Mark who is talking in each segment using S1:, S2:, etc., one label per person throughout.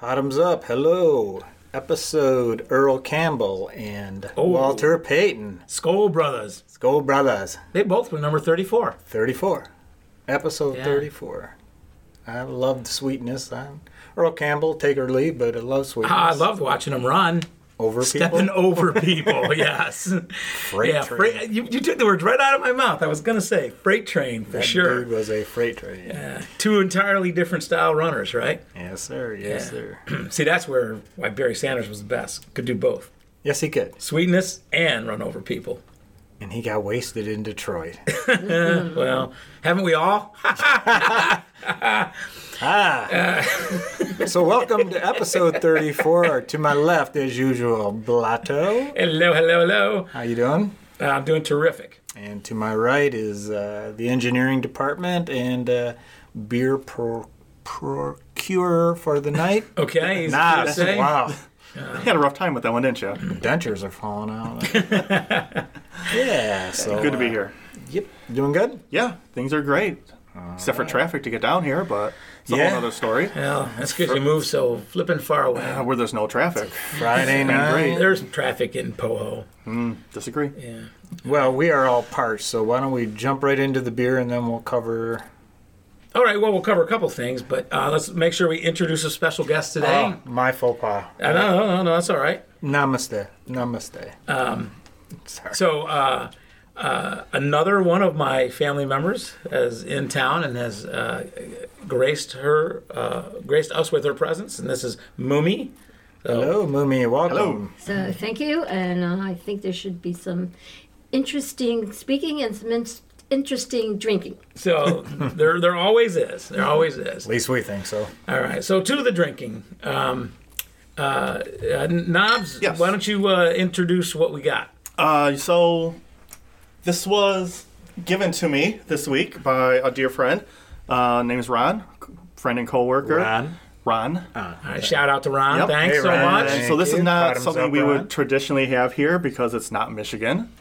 S1: Bottoms up. Hello. Episode Earl Campbell and
S2: Oh.
S1: Walter Payton.
S2: Skull Brothers.
S1: Skull Brothers.
S2: They both were number 34.
S1: 34. Episode
S2: Yeah.
S1: 34. I loved sweetness. I, Earl Campbell, take or leave, but I love sweetness.
S2: Ah, I loved watching them run.
S1: over
S2: Stepping
S1: people.
S2: over people, yes.
S1: Freight
S2: yeah,
S1: train.
S2: freight- you, you took the words right out of my mouth. I was going to say freight train for
S1: That
S2: sure.
S1: dude was a freight train.
S2: Two entirely different style runners, right?
S1: Yes, sir. Yes,
S2: Yeah.
S1: sir.
S2: See, that's where why Barry Sanders was the best. Could do both
S1: Yes, he could.
S2: sweetness and run over people.
S1: And he got wasted in Detroit.
S2: Well, haven't we all?
S1: Ah. so welcome to episode 34. To my left, as usual, Blato.
S2: hello, hello, hello.
S1: How you doing?
S2: Uh, I'm doing terrific.
S1: And to my right is uh, the engineering department and uh, beer pro- procurer for the night.
S2: Okay, easy
S1: nah,
S2: for you to
S1: that's,
S2: say.
S1: wow.
S3: You had a rough time with that one, didn't you?
S1: Dentures are falling out. yeah. So
S3: Good to be
S1: uh,
S3: here.
S1: Yep. Doing good.
S3: Yeah, things are great. Except for traffic to get down here, but it's a
S1: Yeah.
S3: whole other story.
S2: Well, that's because you move so flippin' far away.
S3: Uh, Where there's no traffic.
S1: Friday night.
S3: great.
S2: There's traffic in Poho.
S3: Disagree.
S2: Yeah.
S1: Well, we are all parched, so why don't we jump right into the beer and then we'll cover.
S2: All right, well, we'll cover a couple things, but uh, let's make sure we introduce a special guest today.
S1: Oh, my faux pas.
S2: Uh, no, no, no, no, that's all right.
S1: Namaste. Namaste. Um, Sorry.
S2: So, uh, uh, another one of my family members is in town and has uh, graced her, uh, graced us with her presence, and this is Mumi.
S1: Hello, Mumi. Welcome.
S3: Hello.
S4: So thank you, and uh, I think there should be some interesting speaking and some in- interesting drinking.
S2: So there, there always is. There always is.
S1: At least we think so.
S2: All right. So to the drinking. Um, uh, uh, Knobs,
S3: Yes.
S2: why don't you uh, introduce what we got?
S3: Uh, so, this was given to me this week by a dear friend. Uh, name is Ron, c- friend and coworker.
S1: Ron.
S3: Ron.
S2: All right, shout out to Ron.
S3: Yep.
S2: Thanks
S1: Hey,
S2: so
S1: Ron.
S2: much.
S1: Thank
S3: so this
S1: you.
S3: is not
S1: Bottoms
S3: something
S1: up,
S3: we
S1: Ron.
S3: would traditionally have here because it's not Michigan.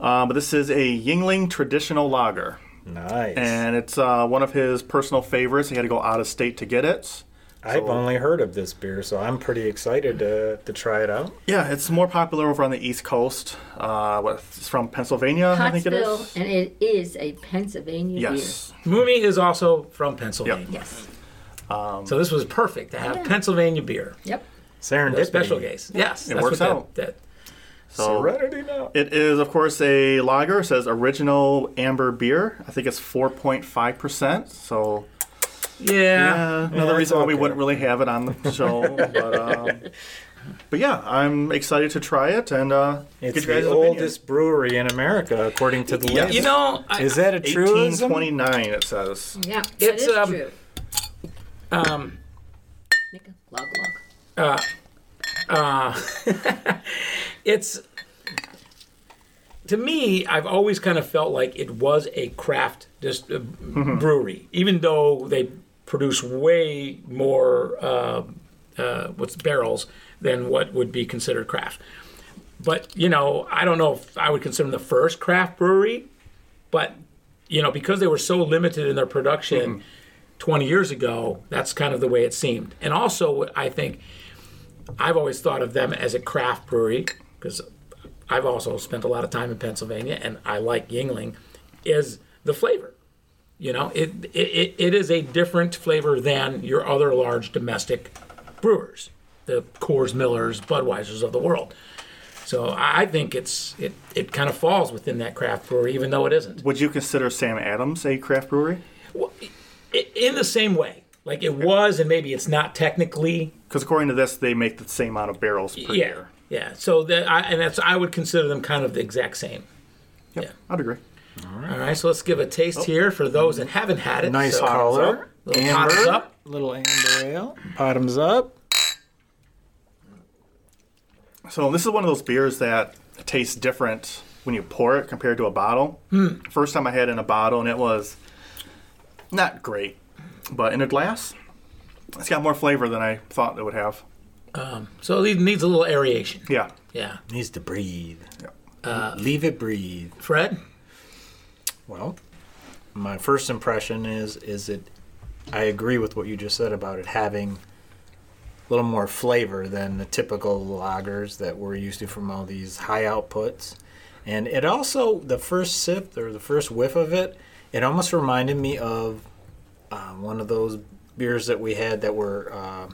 S3: Uh, but this is a Yingling traditional lager.
S1: Nice.
S3: and it's uh, one of his personal favorites. He had to go out of state to get it.
S1: I've only heard of this beer, so I'm pretty excited to, to try it out.
S3: Yeah, it's more popular over on the East Coast. Uh, what, it's from Pennsylvania, I think it
S4: Pottsville,
S3: is.
S4: and it is a Pennsylvania
S3: Yes.
S2: Mooney is also from Pennsylvania.
S4: beer. Yes.
S2: So this was perfect to have Pennsylvania beer.
S4: Yep.
S1: Serendipity.
S2: A special case. Yes.
S3: It
S2: that's
S3: works
S2: what that-
S3: out.
S2: That,
S3: So
S1: Serenity now.
S3: it is, of course, a lager. It says original amber beer. I think it's 4.5%. So,
S2: yeah.
S3: yeah, another
S1: it's
S3: reason why we
S1: Ah. okay.
S3: wouldn't really have it on the show. but, um, but yeah, I'm excited to try it and uh, get
S1: It's
S3: your guys'
S1: the
S3: opinion.
S1: oldest brewery in America, according to the
S3: Yeah.
S1: label.
S2: You know, I,
S1: is that a truism?
S3: 1829, it says.
S4: Yeah. that
S2: It's,
S4: is
S2: um,
S4: true.
S2: um,
S4: Make a log log.
S2: it's to me i've always kind of felt like it was a craft just uh brewery even though they produce way more uh, uh, what's barrels than what would be considered craft but you know i don't know if i would consider them the first craft brewery but you know because they were so limited in their production 20 years ago that's kind of the way it seemed and also i think I've always thought of them as a craft brewery because I've also spent a lot of time in Pennsylvania and I like Yingling is the flavor. You know, it it, it, it is a different flavor than your other large domestic brewers, the Coors Millers, Budweisers of the world. So I I think it's it, it kind of falls within that craft brewery, even though it isn't.
S3: Would you consider Sam Adams a craft brewery?
S2: Well, i- In the same way, like it was, and maybe it's not technically
S3: Because according to this, they make the same amount of barrels per
S2: yeah,
S3: year.
S2: Yeah. So that I, and that's I would consider them kind of the exact same.
S3: I'd agree.
S2: All right. So let's give a taste
S1: Oh.
S2: here for those that haven't had it.
S1: Nice
S2: so,
S1: color.
S2: Little bottoms
S1: Amber.
S2: up.
S1: Little amber ale. Bottoms up.
S3: So this is one of those beers that tastes different when you pour it compared to a bottle.
S2: Hmm.
S3: First time I had it in a bottle, and it was not great, but in a glass, it's got more flavor than I thought it would have.
S2: So it needs a little aeration.
S3: Yeah,
S2: Yeah.
S1: Needs to breathe.
S3: Uh,
S1: Leave it breathe.
S2: Fred.
S1: Well, my first impression is is it I agree with what you just said about it having little more flavor than the typical lagers that we're used to from all these high outputs. And it also, the first sip or the first whiff of it, it almost reminded me of uh, one of those beers that we had that were uh,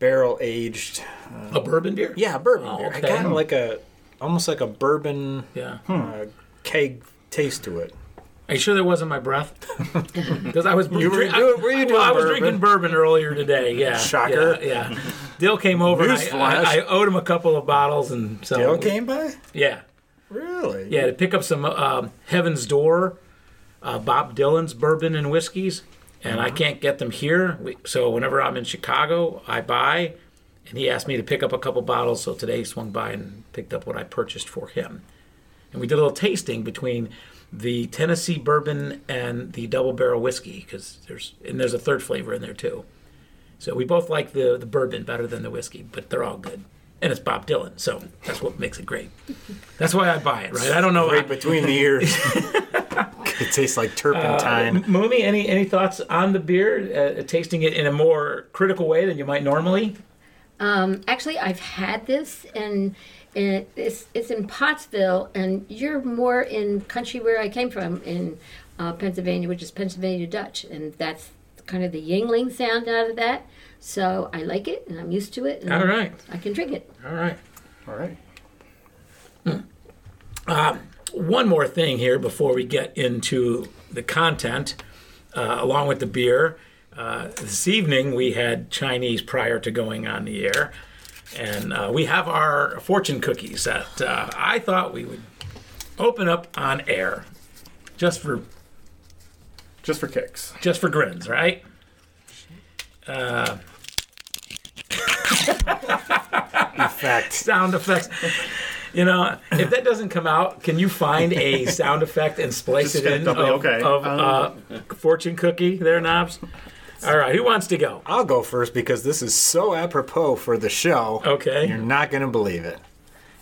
S1: barrel aged.
S2: A bourbon beer?
S1: Yeah, bourbon
S2: Oh,
S1: beer.
S2: okay. Hmm.
S1: It got like a, almost like a bourbon
S2: Yeah.
S1: uh, keg taste to it.
S2: Are you sure that wasn't my breath? Because I was you
S1: were doing- were you doing
S2: I was
S1: bourbon?
S2: drinking bourbon earlier today. Yeah.
S1: Shocker.
S2: Yeah. yeah. Dill came over. and I-
S1: Newsflash.
S2: I, I, owed him a couple of bottles, and so
S1: Dale came by?
S2: yeah,
S1: Really?
S2: yeah, to pick up some um, Heaven's Door, uh, Bob Dylan's bourbon and whiskeys, and I can't get them here. We, so whenever I'm in Chicago, I buy. And he asked me to pick up a couple bottles, so today he swung by and picked up what I purchased for him. And we did a little tasting between the Tennessee bourbon and the double barrel whiskey, because there's and there's a third flavor in there too. So we both like the, the bourbon better than the whiskey, but they're all good. And it's Bob Dylan, so that's what makes it great. That's why I buy it, right? I don't know.
S1: Right between the ears. it tastes like turpentine.
S2: Moomy, any any thoughts on the beer? Uh, tasting it in a more critical way than you might normally.
S4: Um, actually, I've had this, and it, it's it's in Pottsville, and you're more in country where I came from in uh, Pennsylvania, which is Pennsylvania Dutch, and that's kind of the Yingling sound out of that. So I like it, and I'm used to it. And
S2: All right,
S4: I can drink it.
S2: all right.
S3: All right.
S2: One more thing here before we get into the content, uh, along with the beer. Uh, this evening we had Chinese prior to going on the air, and uh, we have our fortune cookies that uh, I thought we would open up on air, just for
S3: Just for kicks.
S2: just for grins, right? Uh,
S1: Fact.
S2: sound effects. You know, if that doesn't come out, can you find a sound effect and splice
S3: Just
S2: it in of,
S3: gonna- okay. Um,
S2: of uh, fortune cookie there, Knobs? All right, who wants to go?
S1: I'll go first because this is so apropos for the show.
S2: Okay.
S1: You're not going to believe it.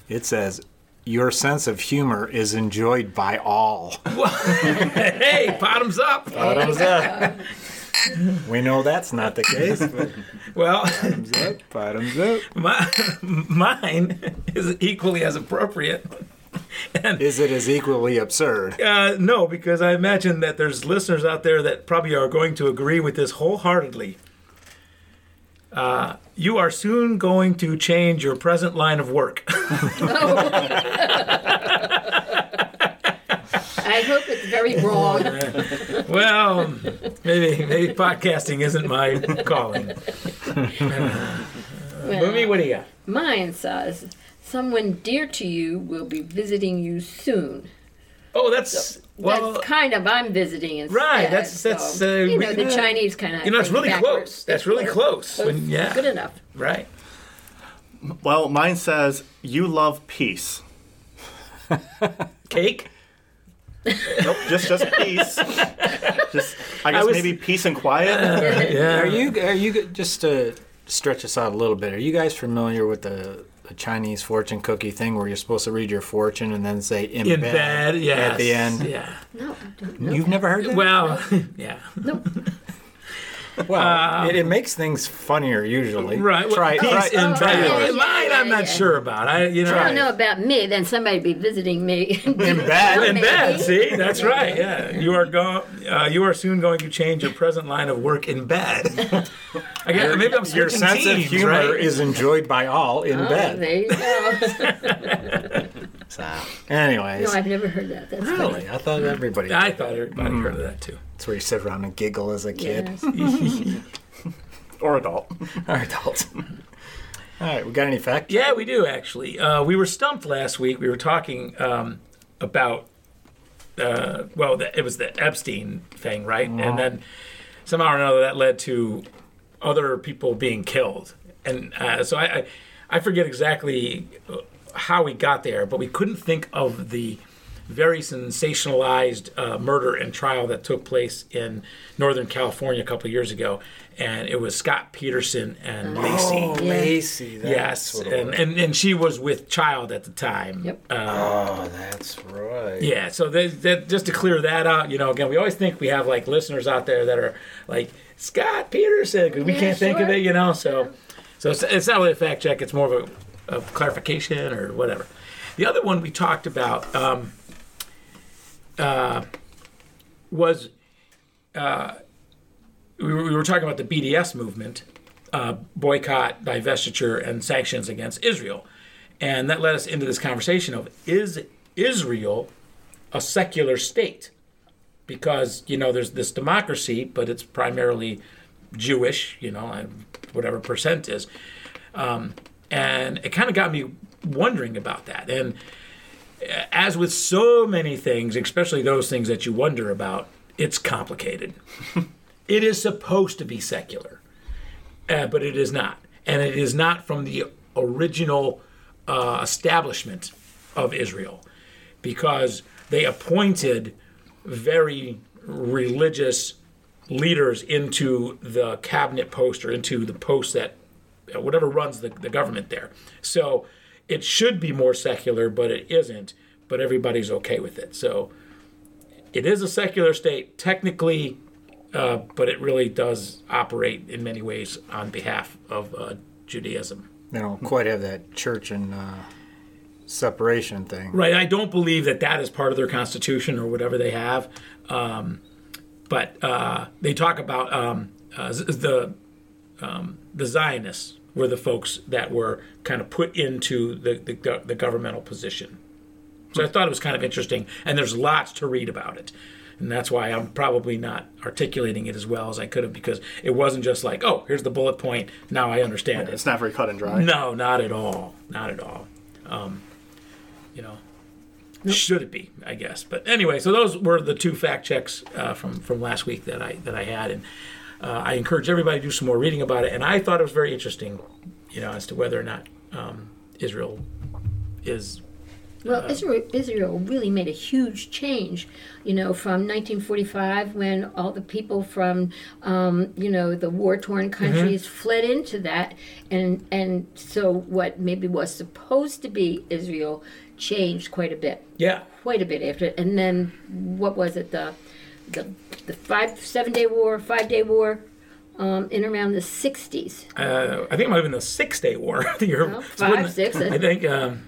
S1: It says, Your sense of humor is enjoyed by all.
S2: Hey, bottoms up.
S1: Bottoms up. we know that's not the case. but
S2: Well,
S1: Bottoms up. Bottoms up.
S2: my, mine is equally as appropriate.
S1: Is it as equally absurd?
S2: Uh, no, because I imagine that there's listeners out there that probably are going to agree with this wholeheartedly. Uh, you are soon going to change your present line of work.
S4: I hope it's very wrong.
S2: Well, maybe maybe podcasting isn't my calling. Boomy, what do you got?
S4: Mine says, "Someone dear to you will be visiting you soon."
S2: Oh, that's well,
S4: that's kind of I'm visiting instead.
S2: Right, that's- that's,
S4: so,
S2: uh,
S4: you
S2: we-
S4: know the Chinese kind of.
S2: you know, it's really close. That's really close. When, yeah,
S4: good enough.
S2: right.
S3: Well, mine says you love peace.
S2: Cake.
S3: Nope, just just peace. Just I guess
S2: was-
S3: maybe peace and quiet.
S1: Are
S2: Yeah.
S1: you, are you, just to stretch us out a little bit, are you guys familiar with the, the Chinese fortune cookie thing where you're supposed to read your fortune and then say in,
S2: In bed, yeah.
S1: at the end?
S2: yeah.
S4: No, I don't know.
S1: You've never heard that?
S2: Well, yeah.
S1: Well, it, it makes things funnier usually.
S2: Right. well,
S1: Try,
S2: peace Uh,
S1: try,
S2: in
S1: try
S2: bed.
S1: yours.
S4: yeah,
S2: Mine, I'm
S4: yeah,
S2: not
S4: yeah.
S2: sure about. I, you know,
S4: I don't know about me. Then somebody be visiting me.
S1: In bed.
S2: In bed,
S4: Maybe.
S2: see, that's right. Yeah, you are go, uh, you are soon going to change your present line of work in bed. I guess maybe I'm
S1: Your
S2: switching
S1: sense of
S2: teams,
S1: humor
S2: right?
S1: is enjoyed by all in
S4: Oh,
S1: bed.
S4: there you go.
S1: So, anyways,
S4: No, I've never heard that. That's
S1: really, I thought everybody.
S2: I thought everybody heard of that too.
S1: That's where you sit around and giggle as a
S4: Funny.
S1: kid
S4: Yes.
S3: or adult.
S1: or adult. All right, we got any facts?
S2: Yeah, we do actually. Uh, we were stumped last week. We were talking um, about, uh, well, the, it was the Epstein thing, right? And then somehow or another that led to other people being killed. And uh, so I, I, I forget exactly uh, how we got there, but we couldn't think of the very sensationalized uh, murder and trial that took place in Northern California a couple of years ago, and it was Scott Peterson and Lacey.
S1: Oh,
S4: Yeah.
S1: Lacey. That's
S2: Yes,
S1: what it
S2: and,
S1: was.
S2: and and she was with child at the time.
S4: Yep.
S2: Uh,
S1: oh, that's right.
S2: yeah. So that, that just to clear that out, you know, again, we always think we have like listeners out there that are like Scott Peterson because we
S4: Yeah,
S2: can't think of
S4: sure.
S2: it, you know. So, so it's, it's not really a fact check; it's more of a, a clarification or whatever. The other one we talked about um, uh, was uh, we were, we were talking about the BDS movement, uh, boycott, divestiture, and sanctions against Israel. And that led us into this conversation of is Israel a secular state? Because, you know, there's this democracy, but it's primarily Jewish, you know, and whatever percent is. Um, and it kind of got me wondering about that. And uh, as with so many things, especially those things that you wonder about, it's complicated. it is supposed to be secular, uh, but it is not. And it is not from the original uh, establishment of Israel because they appointed very religious leaders into the cabinet post or into the post that whatever runs the, the government there. So it should be more secular, but it isn't. But everybody's okay with it. So it is a secular state technically, uh, but it really does operate in many ways on behalf of uh, Judaism.
S1: They don't quite have that church and uh, separation thing.
S2: Right. I don't believe that that is part of their constitution or whatever they have. Um, but uh, they talk about um, uh, z- the um, the Zionists were the folks that were kind of put into the the, go- the governmental position. So I thought it was kind of interesting, and there's lots to read about it. And that's why I'm probably not articulating it as well as I could have because it wasn't just like, oh, here's the bullet point. Now I understand it.
S3: It's not very cut and dry.
S2: No, not at all. Not at all. Um, you know, should it be? I guess. But anyway, so those were the two fact checks uh, from from last week that I that I had, and uh, I encourage everybody to do some more reading about it. And I thought it was very interesting, you know, as to whether or not um, Israel is
S4: Well, Israel, Israel really made a huge change, you know, from 1945 when all the people from, um, you know, the war-torn countries fled into that, and and so what maybe was supposed to be Israel changed quite a bit,
S2: yeah
S4: quite a bit after, and then what was it the, the, the five seven-day war, five-day war, um, in around the 60s,
S2: uh, I think it might have been the Six Day War. the year,
S4: Well,
S2: so wouldn't
S4: Oh, five,
S2: it-
S4: six, eh?
S2: I think, um,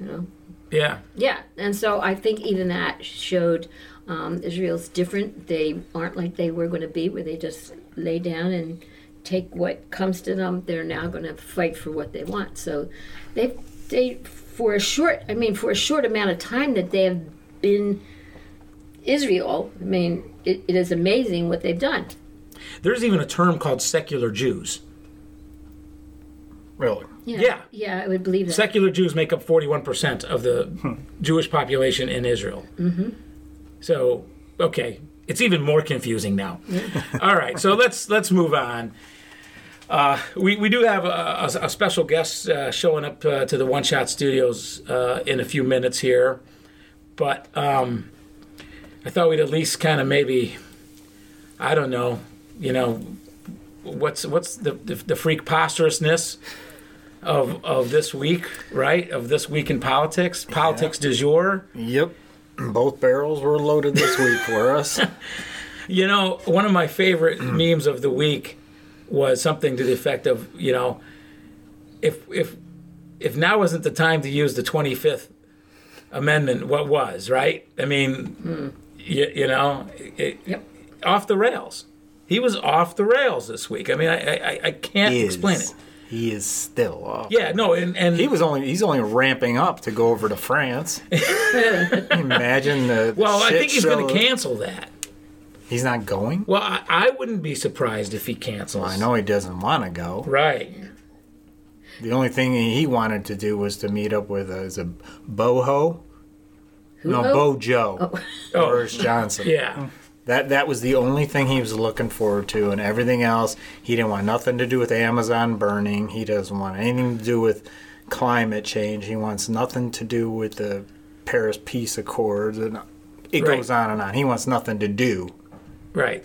S4: you know.
S2: yeah,
S4: Yeah, and so I think even that showed um, Israel's different. They aren't like they were going to be, where they just lay down and take what comes to them. They're now going to fight for what they want. So they they for a short, I mean, for a short amount of time that they have been Israel. I mean, it, it is amazing what they've done.
S2: there's even a term called secular Jews.
S1: Really?
S4: Yeah,
S2: Yeah.
S4: yeah, I would believe that.
S2: Secular Jews make up 41% of the Jewish population in Israel. Mm-hmm. So, okay, it's even more confusing now. All right, so let's let's move on. Uh, we, we do have a, a- a special guest uh, showing up uh, to the One Shot Studios uh, in a few minutes here, but um, I thought we'd at least kind of maybe, I don't know, you know, what's what's the the, the freak posturousness of of this week, right? Of this week in politics, politics du jour.
S1: Yep. Both barrels were loaded this week for us.
S2: You know, one of my favorite memes of the week was something to the effect of, you know, if if if now isn't the time to use the 25th amendment, what was, right? I mean,
S1: Hmm.
S2: you, you know, it,
S4: Yep.
S2: off the rails. He was off the rails this week. I mean, I I, I can't
S1: He
S2: explain
S1: is-
S2: it.
S1: He is still off.
S2: Yeah, no, and and
S1: He was only he's only ramping up to go over to France. Imagine the
S2: well, I
S1: shit
S2: think he's
S1: show.
S2: going to cancel that.
S1: He's not going.
S2: Well, I, I wouldn't be surprised if he cancels.
S1: I know he doesn't want to go.
S2: Right.
S1: The only thing he wanted to do was to meet up with uh, is a boho. No,
S4: Who?
S1: Bojo.
S2: Oh.
S1: Boris Johnson.
S2: Yeah.
S1: That that was the only thing he was looking forward to, and everything else he didn't want nothing to do with Amazon burning. He doesn't want anything to do with climate change. He wants nothing to do with the Paris Peace Accords, and it
S2: Right.
S1: goes on and on. He wants nothing to do,
S2: Right.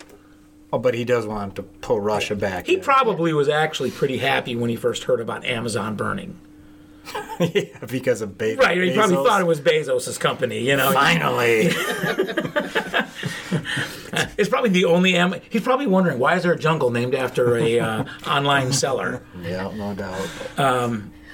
S1: oh, but he does want to pull Russia back.
S2: He
S1: in.
S2: probably was actually pretty happy when he first heard about Amazon burning.
S1: yeah, because of Bezos.
S2: Right. He probably
S1: Bezos.
S2: thought it was Bezos' company, you know.
S1: Finally,
S2: It's probably the only Am- he's probably wondering why is there a jungle named after a uh, online seller?
S1: yeah, no doubt.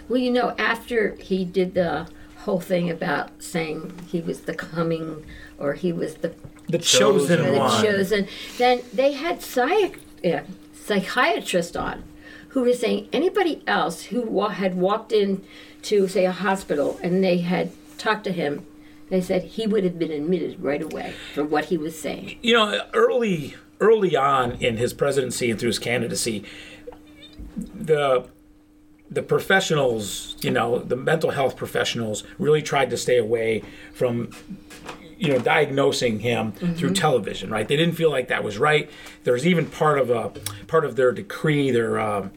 S4: Well, you know, after he did the whole thing about saying he was the coming or he was the
S2: The chosen,
S1: Chosen
S2: one.
S1: One.
S4: chosen, then they had psych- yeah, psychiatrist on who was saying anybody else who wa- had walked in to say a hospital and they had talked to him, they said he would have been admitted right away for what he was saying.
S2: you know early early on in his presidency and through his candidacy the the professionals you know the mental health professionals really tried to stay away from you know diagnosing him through
S1: Mm-hmm.
S2: television right they didn't feel like that was right there's even part of a part of their decree their um,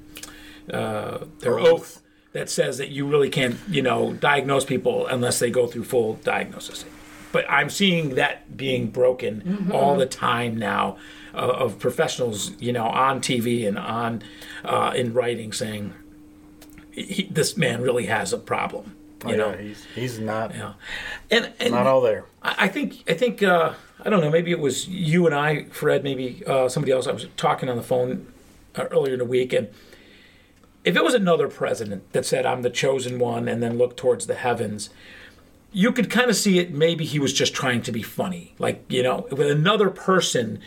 S2: uh, their
S1: Oath.
S2: oath that says that you really can't you know diagnose people unless they go through full diagnosis but i'm seeing that being broken
S1: Mm-hmm.
S2: all the time now uh, of professionals you know on tv and on uh, in writing saying he, this man really has a problem you
S1: You
S2: know
S1: he's he's not
S2: Yeah. and, and
S1: Oh, not all there.
S2: I I think I think uh, I don't know. Maybe it was you and I, Fred. Maybe uh, somebody else. I was talking on the phone uh, earlier in the week, and if it was another president that said, "I'm the chosen one," and then looked towards the heavens, you could kind of see it. Maybe he was just trying to be funny, like you know, with another person.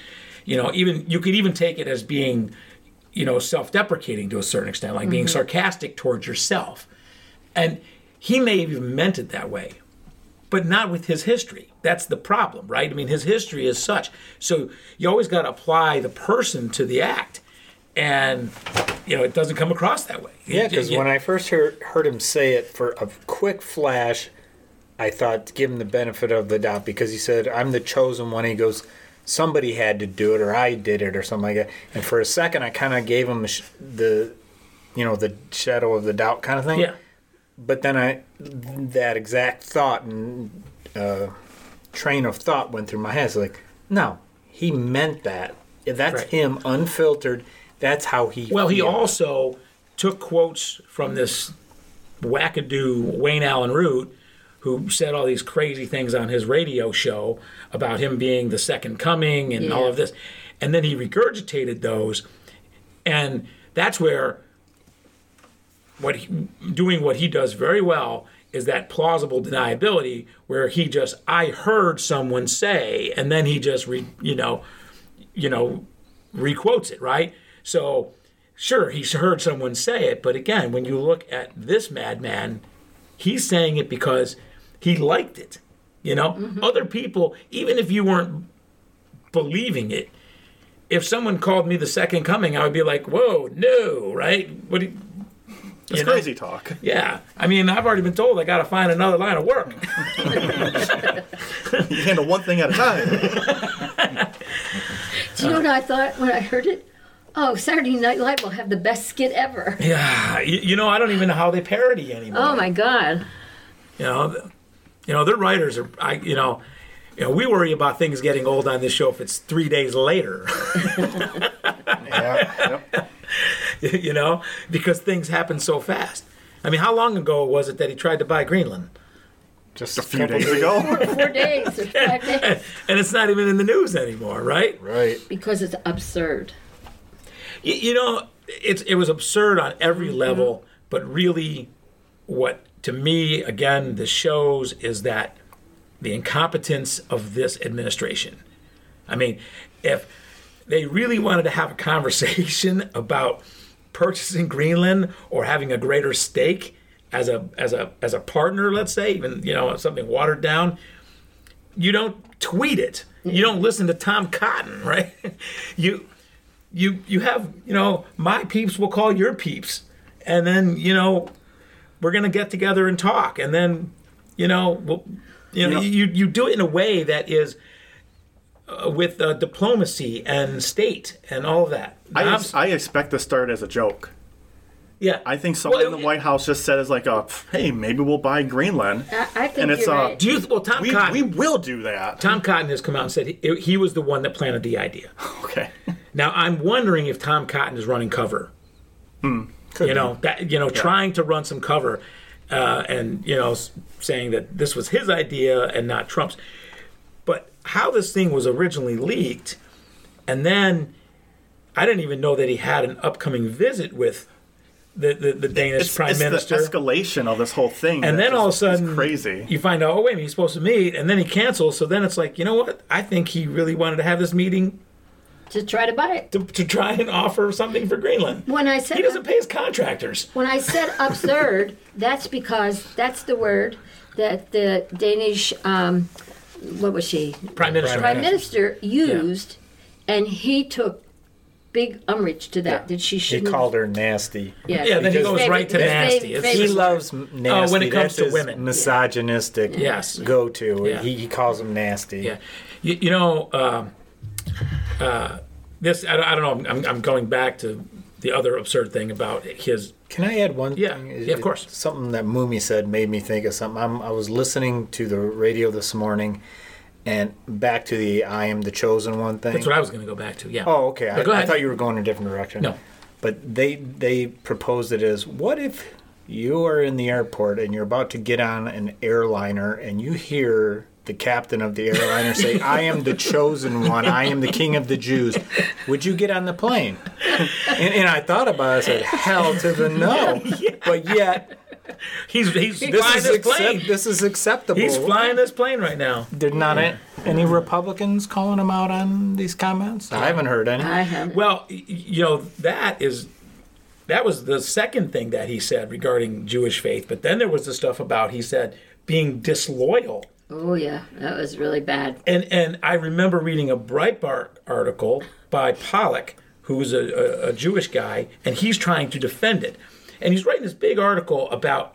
S2: You know, even you could even take it as being, you know, self-deprecating to a certain extent, like being sarcastic towards yourself, and he may have even meant it that way but not with his history. That's the problem, right? I mean, his history is such. So you always got to apply the person to the act, and you know it doesn't come across that way.
S1: Yeah, because
S2: You-
S1: when I first heard, heard him say it for a quick flash, I thought give him the benefit of the doubt because he said, I'm the chosen one. He goes, somebody had to do it or I did it or something like that. And for a second, I kind of gave him the, sh- the, you know, the shadow of the doubt kind of thing.
S2: yeah,
S1: But then I, that exact thought and uh, train of thought went through my head. It's like, no, he meant that. That's
S2: Right.
S1: him unfiltered. That's how he.
S2: Well, he
S1: feels.
S2: also took quotes from this wackadoo Wayne Allen Root, who said all these crazy things on his radio show about him being the second coming and all of this. And then he regurgitated those. And that's where what he, doing what he does very well is that plausible deniability where he just I heard someone say and then he just re, you know you know requotes it right so sure he's heard someone say it but again when you look at this madman he's saying it because he liked it you know other people even if you weren't believing it if someone called me the second coming i would be like whoa no right what do you-
S3: It's
S2: you know?
S3: crazy talk.
S2: yeah, I mean, I've already been told I got to find another line of work.
S3: You handle one thing at a time.
S4: Do you know what I thought when I heard it? Oh, Saturday Night Live will have the best skit ever.
S2: yeah, you, you know, I don't even know how they parody anymore.
S4: Oh my God.
S2: You know, th- you know, their writers are. I, you know, you know, we worry about things getting old on this show if it's three days later.
S3: yeah, yep.
S2: you know, because things happen so fast. I mean, how long ago was it that he tried to buy Greenland?
S1: just
S3: A few days ago.
S4: Four days or five days.
S2: And it's not even in the news anymore, right?
S1: Right.
S4: Because it's absurd.
S2: Y- you know it's it was absurd on every level but really what to me again this shows is that the incompetence of this administration i mean if they really wanted to have a conversation about purchasing greenland or having a greater stake as a as a as a partner let's say even you know something watered down you don't tweet it you don't listen to tom cotton right you you you have you know my peeps will call your peeps and then you know we're gonna get together and talk and then you know we'll, you know you, you do it in a way that is uh, with uh, diplomacy and state and all of that
S3: I,
S2: I'm
S3: ex- I expect this started as a joke.
S2: Yeah.
S3: I think someone
S2: Well,
S3: in the
S2: it-
S3: White House just said is like, uh, "Hey, maybe we'll buy Greenland."
S4: I, I think
S3: And it's,
S4: you're
S3: uh,
S4: right.
S2: Do you? Well, Tom
S3: We,
S2: Cotton.
S3: we will do that.
S2: Tom Cotton has come out and said he, he was the one that planted the idea.
S3: Okay.
S2: Now I'm wondering if Tom Cotton is running cover.
S3: Hmm.
S2: you know that you know trying to run some cover, uh, and you know s- saying that this was his idea and not Trump's. But how this thing was originally leaked, and then I didn't even know that he had an upcoming visit with the the, the Danish
S3: It's,
S2: prime
S3: it's
S2: minister.
S3: the escalation of this whole thing.
S2: and
S3: that
S2: then all of a
S3: just is
S2: sudden,
S3: crazy.
S2: You find out, oh wait, a minute, he's supposed to meet, and then he cancels. So then it's like, you know what? I think he really wanted to have this meeting
S4: to try to buy it.
S2: to, to try and offer something for Greenland.
S4: When I said
S2: he doesn't pay his contractors.
S4: When I said absurd, that's because that's the word that the Danish, um, what was she,
S2: Prime Minister.
S4: prime minister used, and he took big umbrage to that. Did she?
S1: He
S4: Shouldn't,
S1: called her nasty.
S4: Yeah,
S2: Yeah, then he
S1: His
S2: goes
S4: favorite-
S2: right to
S4: his
S2: nasty.
S4: favorite-
S2: It's
S1: He
S4: favorite-
S2: just-
S1: loves m- nasty.
S2: Oh, when it comes
S1: That's
S2: to
S1: his
S2: women.
S1: misogynistic
S2: Yes.
S1: go-to.
S2: Yeah.
S1: He, he calls him nasty.
S2: yeah, you, you know, um uh, this I, don't- I don't know. I'm, I'm going back to the other absurd thing about his.
S1: Can I add one
S2: Yeah.
S1: thing?
S2: Yeah, of course.
S1: Something that Moomy said made me think of something. I'm, I was listening to the radio this morning, and back to the "I am the chosen one" thing.
S2: That's what I was going to go back to. Yeah.
S1: Oh, okay. I,
S2: Yeah, go
S1: I
S2: ahead.
S1: thought you were going in a different direction.
S2: No.
S1: But they they proposed it as what if you are in the airport and you're about to get on an airliner and you hear the captain of the airliner say, "I am the chosen one. I am the king of the Jews." Would you get on the plane? And, and I thought about it. I said, "Hell to the no!" But yet,
S2: he's he's
S1: this Oh.
S2: flying
S1: is
S2: this
S1: accept,
S2: plane.
S1: this is acceptable.
S2: He's flying this plane right now.
S1: There's not a- any Republicans calling him out on these comments. I haven't heard any.
S4: I have.
S2: Well, y- you know that is that was the second thing that he said regarding Jewish faith. But then there was the stuff about he said being disloyal.
S4: Oh yeah, that was really bad.
S2: And and I remember reading a Breitbart article by Pollock, who's a, a, a Jewish guy, and he's trying to defend it. And he's writing this big article about,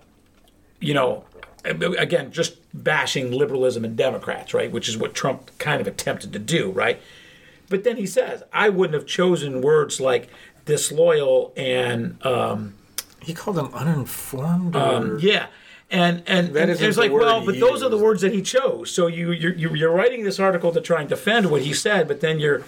S2: you know, again, just bashing liberalism and Democrats, right? Which is what Trump kind of attempted to do, right? But then he says, I wouldn't have chosen words like disloyal and um,
S1: He called them uninformed. Or...
S2: yeah. And and,
S1: That
S2: and
S1: isn't
S2: it's
S1: the
S2: like,
S1: word
S2: well,
S1: he
S2: but those are the
S1: used.
S2: words that he chose. So you you're, you're you're writing this article to try and defend what he said, but then you're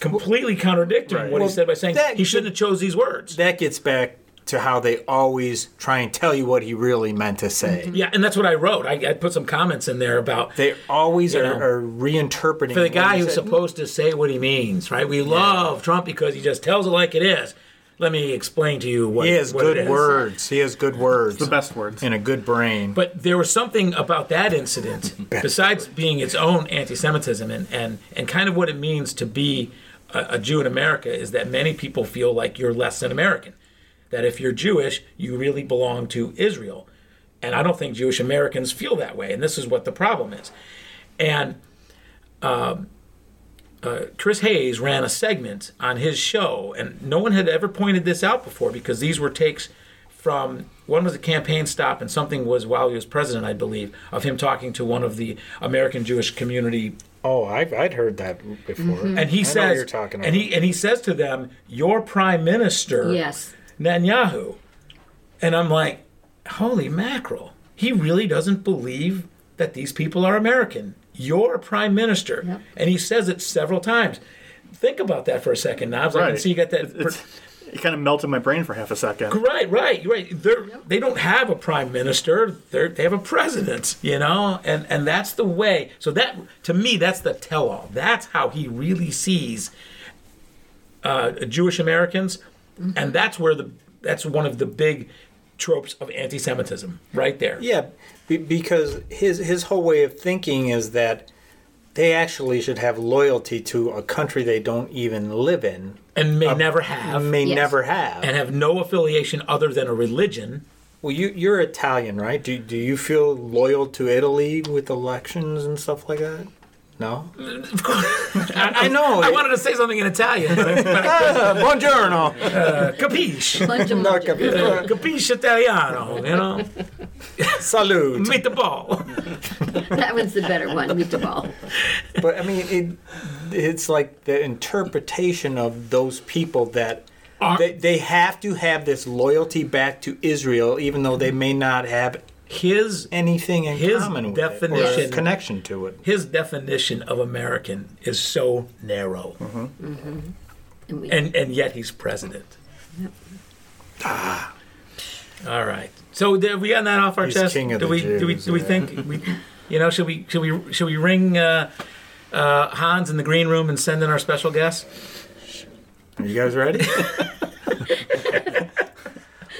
S2: completely contradicting what
S1: Well,
S2: he said by saying
S1: that-
S2: he shouldn't have chose these words.
S1: that gets back to how they always try and tell you what he really meant to say.
S2: yeah, and that's what I wrote. I, I put some comments in there about
S1: They always
S2: You
S1: are,
S2: know.
S1: are reinterpreting
S2: for the
S1: what
S2: guy
S1: he
S2: who's
S1: said. "Hmm."
S2: supposed to say what he means, right? We love Trump because he just tells it like it is. Let me explain to you what
S1: He has
S2: what it
S1: good
S2: is.
S1: words. He has good words.
S3: the best words.
S1: and a good brain.
S2: But there was something about that incident, besides being its own anti-Semitism, and, and, and kind of what it means to be a, a Jew in America is that many people feel like you're less than American. That if you're Jewish, you really belong to Israel, and I don't think Jewish Americans feel that way. And this is what the problem is. And Chris Hayes ran a segment on his show, and no one had ever pointed this out before because these were takes from one was a campaign stop, and something was while he was president, I believe, of him talking to one of the American Jewish community
S1: oh, I've, I'd heard that before.
S2: and he
S1: I know
S2: says,
S1: what you're talking
S2: and he and he says to them, "Your prime minister,
S4: Yes.
S2: Netanyahu," and I'm like, "Holy mackerel! He really doesn't believe that these people are American. Your prime minister,"
S4: Yep.
S2: and he says it several times. Think about that for a second, Knobs. I can
S3: Right.
S2: see you got that.
S3: It's, it kind of melted my brain for half a second.
S2: Right, right, you're right. They're, They don't have a prime minister. They're, they have a president, you know, and and that's the way. So that to me, that's the tell-all. That's how he really sees uh, Jewish Americans, and that's where the that's one of the big tropes of anti-Semitism, right there.
S1: Yeah, be- because his his whole way of thinking is that they actually should have loyalty to a country they don't even live in,
S2: And may never have,
S1: may
S4: Yes.
S1: never have.
S2: and have no affiliation other than a religion.
S1: Well, you you're Italian, right? Do do you feel loyal to Italy with elections and stuff like that? No.
S2: I,
S1: know.
S2: I wanted to say something in Italian, but, but
S1: Uh, buongiorno.
S2: uh, capiche.
S4: Bunch of
S1: No,
S4: mudger.
S1: cap-
S2: Capisce Italiano, you know?
S1: Salute.
S2: Meet the ball.
S4: that one's the better one. Meet the ball.
S1: But I mean, it, it's like the interpretation of those people that
S2: Are-
S1: They, they have to have this loyalty back to Israel, even though they may not have
S2: His
S1: anything in
S2: His
S1: common with it or
S2: definition-
S1: a connection to it.
S2: his definition of American is so narrow,
S1: Mm-hmm.
S4: And we-
S2: and and yet he's president. Ah. All right. So did we got that off our
S1: He's
S2: chest.
S1: king of
S2: do
S1: the
S2: we do we
S1: Jews,
S2: do we
S1: yeah.
S2: think we, you know? Should we should we should we ring uh, uh, Hans in the green room and send in our special guest?
S1: Are you guys ready?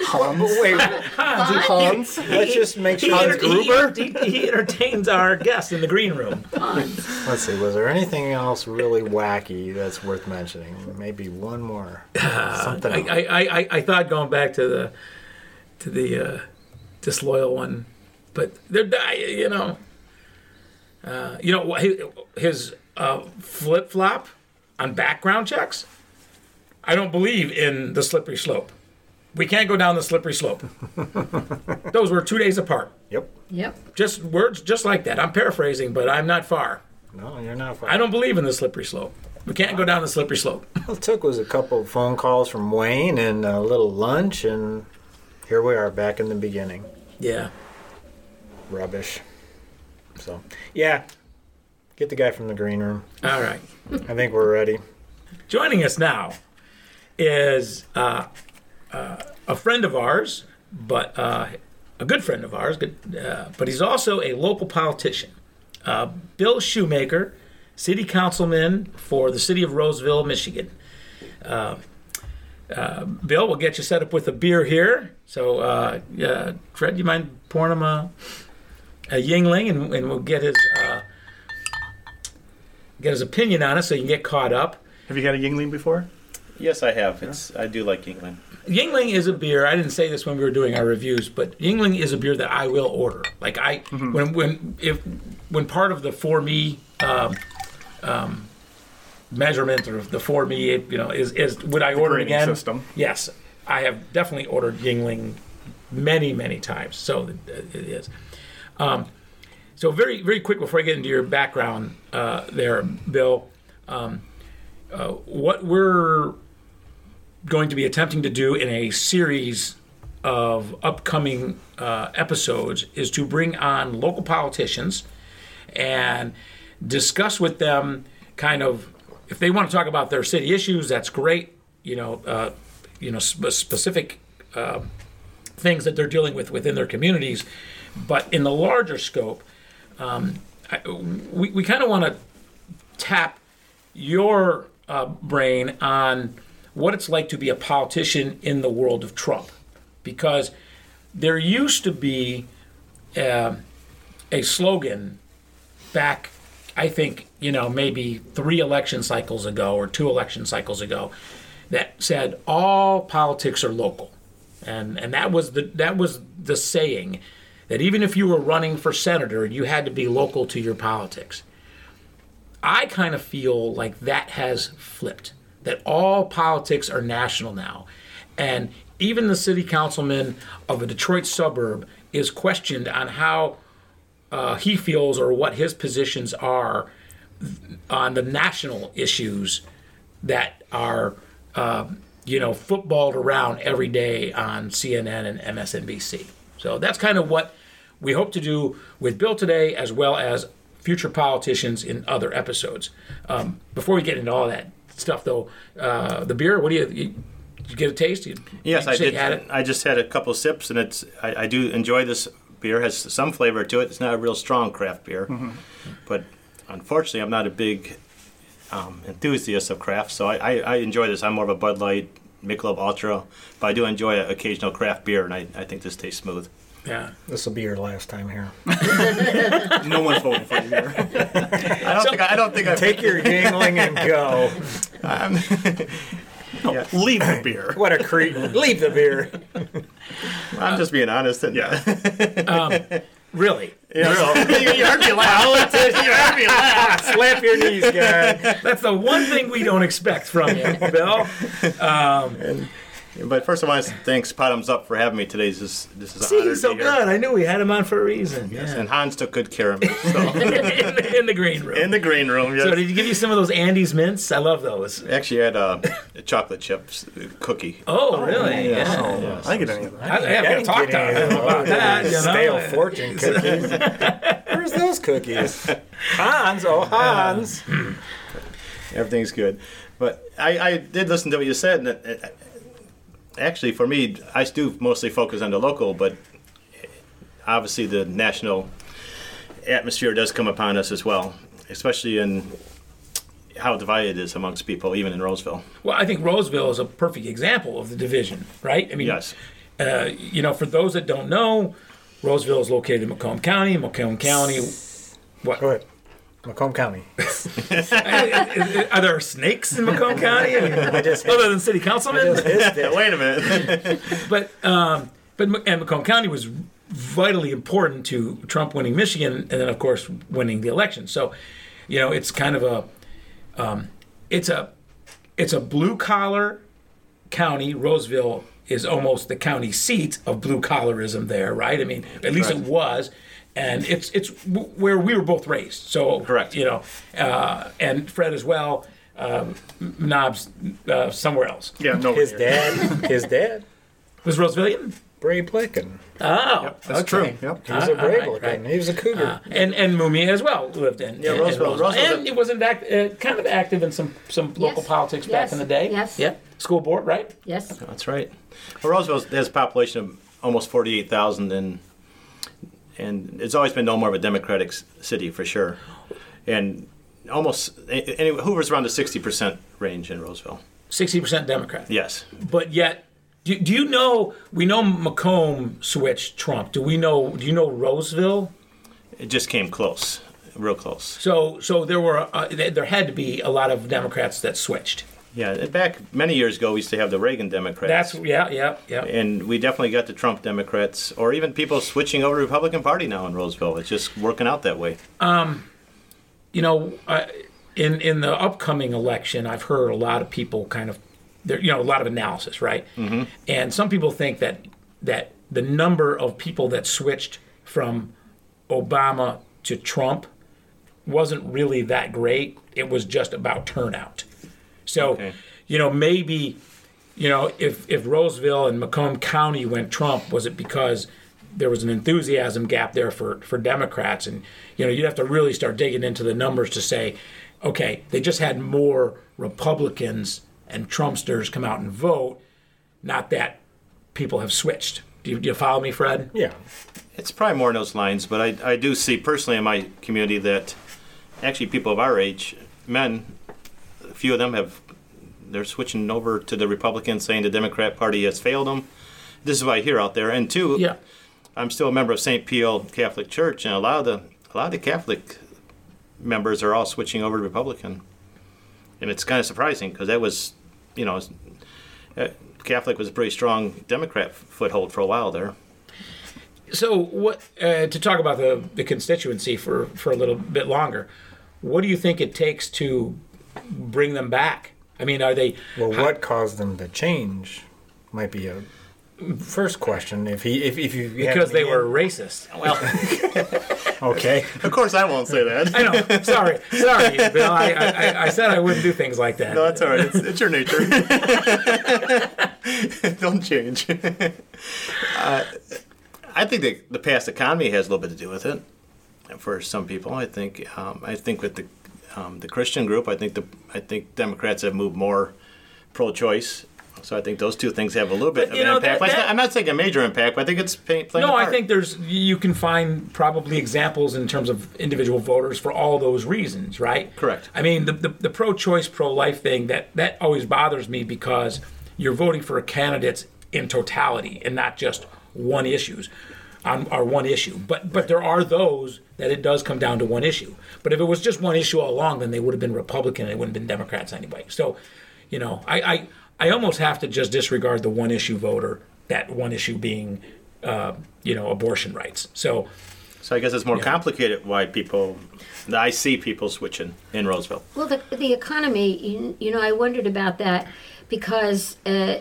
S3: Hans.
S1: Wait,
S3: Hans.
S1: let's just make
S2: He,
S1: sure.
S2: enter- he enter- he entertains our guest in the green room.
S1: Let's see, was there anything else really wacky that's worth mentioning? Maybe one more. Something
S2: I,
S1: else.
S2: I, I- I, I thought going back to the to the uh, disloyal one, but they're dying, you know. Uh, you know wh- his, his uh, flip flop on background checks. I don't believe in the slippery slope. We can't go down the slippery slope. Those were two days apart.
S1: Yep.
S4: yep.
S2: Just words, just like that. I'm paraphrasing, but I'm not far.
S1: No, you're not.
S2: I don't believe in the slippery slope. We can't go down the slippery slope.
S1: All it took was a couple of phone calls from Wayne and a little lunch, and here we are back in the beginning.
S2: Yeah.
S1: Rubbish. So, yeah, get the guy from the green room.
S2: All right.
S1: I think we're ready.
S2: Joining us now is uh, uh, a friend of ours, but uh, a good friend of ours, good, uh, but he's also a local politician. Uh, Bill Shoemaker, city councilman for the city of Roseville, Michigan. Uh, uh, Bill, we'll get you set up with a beer here. So, uh, uh, Fred, you mind pouring him a, a Yingling, and, and we'll get his uh, get his opinion on it, so you can get caught up.
S3: Have you had a Yingling before?
S5: Yes, I have. It's I do like England.
S2: Yingling is a beer. I didn't say this when we were doing our reviews, but Yingling is a beer that I will order. Like I,
S3: Mm-hmm.
S2: when when if when part of the for me um, um, measurement or the for me, it, you know, is is would I order it
S3: grading
S2: again?
S3: system.
S2: Yes, I have definitely ordered Yingling many many times. So it it is. Um, so very very quick before I get into your background uh, there, Bill. Um, uh, what we're going to be attempting to do in a series of upcoming uh, episodes is to bring on local politicians and discuss with them kind of if they want to talk about their city issues that's great you know uh, you know sp- specific uh, things that they're dealing with within their communities but in the larger scope um, I, we, we kind of want to tap your uh, brain on what it's like to be a politician in the world of Trump, because there used to be uh, a slogan back, I think, you know, maybe three election cycles ago or two election cycles ago, that said all politics are local, and and that was the that was the saying that even if you were running for senator, you had to be local to your politics. I kind of feel like that has flipped. That all politics are national now, and even the city councilman of a Detroit suburb is questioned on how uh, he feels or what his positions are on the national issues that are, uh, you know, footballed around every day on CNN and MSNBC. So that's kind of what we hope to do with Bill today, as well as future politicians in other episodes. Um, before we get into all that stuff, though, uh, the beer. What do you? you did you get a taste? You,
S5: Yes,
S2: you
S5: I
S2: say you
S5: did.
S2: Had it?
S5: I just had a couple sips, and it's I, I do enjoy this beer. It has some flavor to it. It's not a real strong craft beer, but unfortunately, I'm not a big um, enthusiast of craft. So I, I, I enjoy this. I'm more of a Bud Light, Michelob Ultra, but I do enjoy an occasional craft beer, and I, I think this tastes smooth.
S2: Yeah.
S1: This will be your last time here.
S3: No one's voting for you here.
S5: I don't think I, I don't think I
S1: Take your gangling and go.
S3: Leave the beer.
S1: What a cretin. Leave the beer.
S5: I'm just being honest. And,
S3: Yeah.
S2: Really?
S5: you heard me laugh.
S1: Slap your knees, guy.
S2: That's the one thing we don't expect from you, Bill.
S5: But first, I want to thank Potums Up for having me today. This is this is an
S2: See,
S5: honor
S2: he's so
S5: to be
S2: good.
S5: here.
S2: I knew we had him on for a reason.
S5: Yes,
S2: Yeah.
S5: and Hans took good care of me.
S2: in,
S5: So.
S2: the- in the green room.
S5: In the green room, yes.
S2: so did he give you some of those Andy's mints? I love those.
S5: Actually, I had a, a chocolate chips cookie.
S2: Oh, really? Yeah.
S3: Oh,
S5: Yeah,
S3: I didn't get any of that.
S2: I, I gotta talk to him about that. You know?
S1: Stale fortune cookies. Where's those cookies? Hans, oh Hans.
S5: Everything's good. But I, I did listen to what you said. And it, it- actually, for me, I do mostly focus on the local, but obviously the national atmosphere does come upon us as well, especially in how divided it is amongst people, even in Roseville.
S2: Well, I think Roseville is a perfect example of the division, right? I mean,
S5: Yes.
S2: uh, you know, for those that don't know, Roseville is located in Macomb County. Macomb County. What?
S1: Go ahead. Macomb County.
S2: Are there snakes in Macomb County? I mean, other than city councilmen?
S5: Wait a minute.
S2: But um, but Mc- and Macomb County was vitally important to Trump winning Michigan, and then of course winning the election. So, you know, it's kind of a um, it's a it's a blue collar county. Roseville is almost the county seat of blue collarism there, right? I mean, at least it
S5: Correct.
S2: was. And it's it's w- where we were both raised, so
S5: Correct.
S2: You know, uh, and Fred as well. Um, Knobs uh, somewhere else
S3: Yeah, no.
S1: His dad, his dad,
S2: was Rosevillian.
S1: Bray Blicken.
S2: Oh,
S3: That's
S2: okay.
S3: true. Yep.
S1: He was a Bray
S2: Ah, right,
S1: Blicken.
S2: right. Ah.
S1: He was a cougar.
S2: Uh, and and Mumia as well lived in.
S5: Yeah,
S2: in- in
S5: Roseville. Roseville's
S2: and
S5: a-
S2: it was in fact uh, kind of active in some some local politics back
S4: Yes.
S2: in the day.
S4: Yes.
S2: Yeah. School board, right?
S4: Yes.
S5: That's right. Well, Roseville has a population of almost 48,000, and and it's always been no more of a Democratic s- city for sure. And almost, a- anyway, Hoover's around the 60% range in Roseville.
S2: Sixty percent Democrat.
S5: Yes.
S2: But yet, do, do you know? We know Macomb switched Trump. Do we know? Do you know Roseville?
S5: It just came close, real close.
S2: So so there were uh, th- there had to be a lot of Democrats that switched.
S5: Yeah, and back many years ago, we used to have the Reagan Democrats.
S2: That's yeah yeah yeah.
S5: and we definitely got the Trump Democrats, or even people switching over to Republican Party now in Roseville. It's just working out that way.
S2: you know, uh, in in the upcoming election, I've heard a lot of people kind of, there, you know, a lot of analysis, right? And some people think that that the number of people that switched from Obama to Trump wasn't really that great. It was just about turnout. So,
S5: Okay.
S2: you know, maybe, you know, if if Roseville and Macomb County went Trump, was it because there was an enthusiasm gap there for for Democrats, and you know, you'd have to really start digging into the numbers to say, okay, they just had more Republicans and Trumpsters come out and vote, not that people have switched. Do you, do you follow me, Fred?
S1: Yeah.
S5: It's probably more in those lines, but I, I do see personally in my community that actually people of our age, men, a few of them have, they're switching over to the Republicans, saying the Democrat Party has failed them. This is what I hear out there. And two,
S2: Yeah.
S5: I'm still a member of St. Peel Catholic Church, and a lot of the a lot of the Catholic members are all switching over to Republican, and it's kind of surprising because that was, you know, uh, Catholic was a pretty strong Democrat foothold for a while there.
S2: So, what uh, to talk about the, the constituency for, for a little bit longer? What do you think it takes to bring them back? I mean, are they?
S1: Well, what caused them to change might be a first question. If he, if, if you had
S2: Because they
S1: any-
S2: were racist.
S1: okay.
S5: Of course, I won't say that.
S2: I know. Sorry, sorry, Bill. I, I, I- I said I wouldn't do things like that.
S5: No, that's all right. It's, it's your nature. Don't change. uh, I think the, the past economy has a little bit to do with it. For some people, I think um, I think with the um, the Christian group, I think the I think Democrats have moved more pro-choice. So I think those two things have a little bit
S2: But,
S5: of
S2: you
S5: an
S2: know,
S5: impact.
S2: that-
S5: But it's not-
S2: that-
S5: I'm not saying a major impact, but I think it's pay, playing.
S2: no,
S5: a
S2: I
S5: part.
S2: think there's you can find probably examples in terms of individual voters for all those reasons, right?
S5: Correct.
S2: I mean, the the, the pro-choice, pro-life thing that that always bothers me because you're voting for candidates in totality and not just one issues on or one issue. But but there are those that it does come down to one issue. But if it was just one issue all along, then they would have been Republican and it wouldn't have been Democrats anyway. So, you know, I I, I almost have to just disregard the one issue voter. That one issue being uh, you know, abortion rights. So,
S5: so. I guess it's more complicated why people. I see people switching in Roseville.
S4: Well, the, the economy, you, you know, I wondered about that because uh,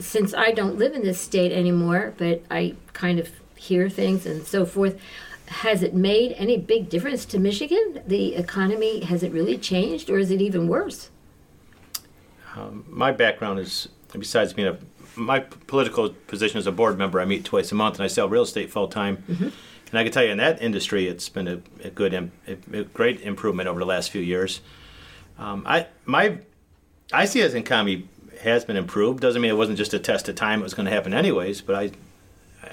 S4: since I don't live in this state anymore, but I kind of hear things and so forth, has it made any big difference to Michigan? The economy has it really changed, or is it even worse?
S5: my background is besides being a my p- political position as a board member i meet twice a month and i sell real estate full time and i can tell you in that industry it's been a, a good im- a, a great improvement over the last few years um, i my i see as economy has been improved doesn't mean it wasn't just a test of time it was going to happen anyways but i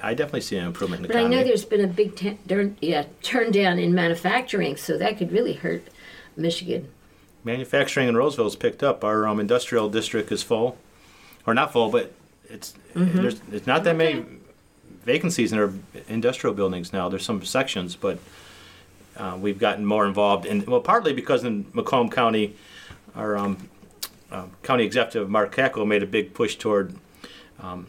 S5: i definitely see an improvement in the
S4: But I
S5: economy
S4: know there's been a big t- turn, yeah, turn down in manufacturing, so that could really hurt Michigan.
S5: manufacturing in Roseville's picked up. Our um, industrial district is full, or not full, but it's there's it's not that many vacancies in our industrial buildings now. There's some sections, but uh, we've gotten more involved. And well, partly because in Macomb County, our um, uh, county executive Mark Cackle made a big push toward. Um,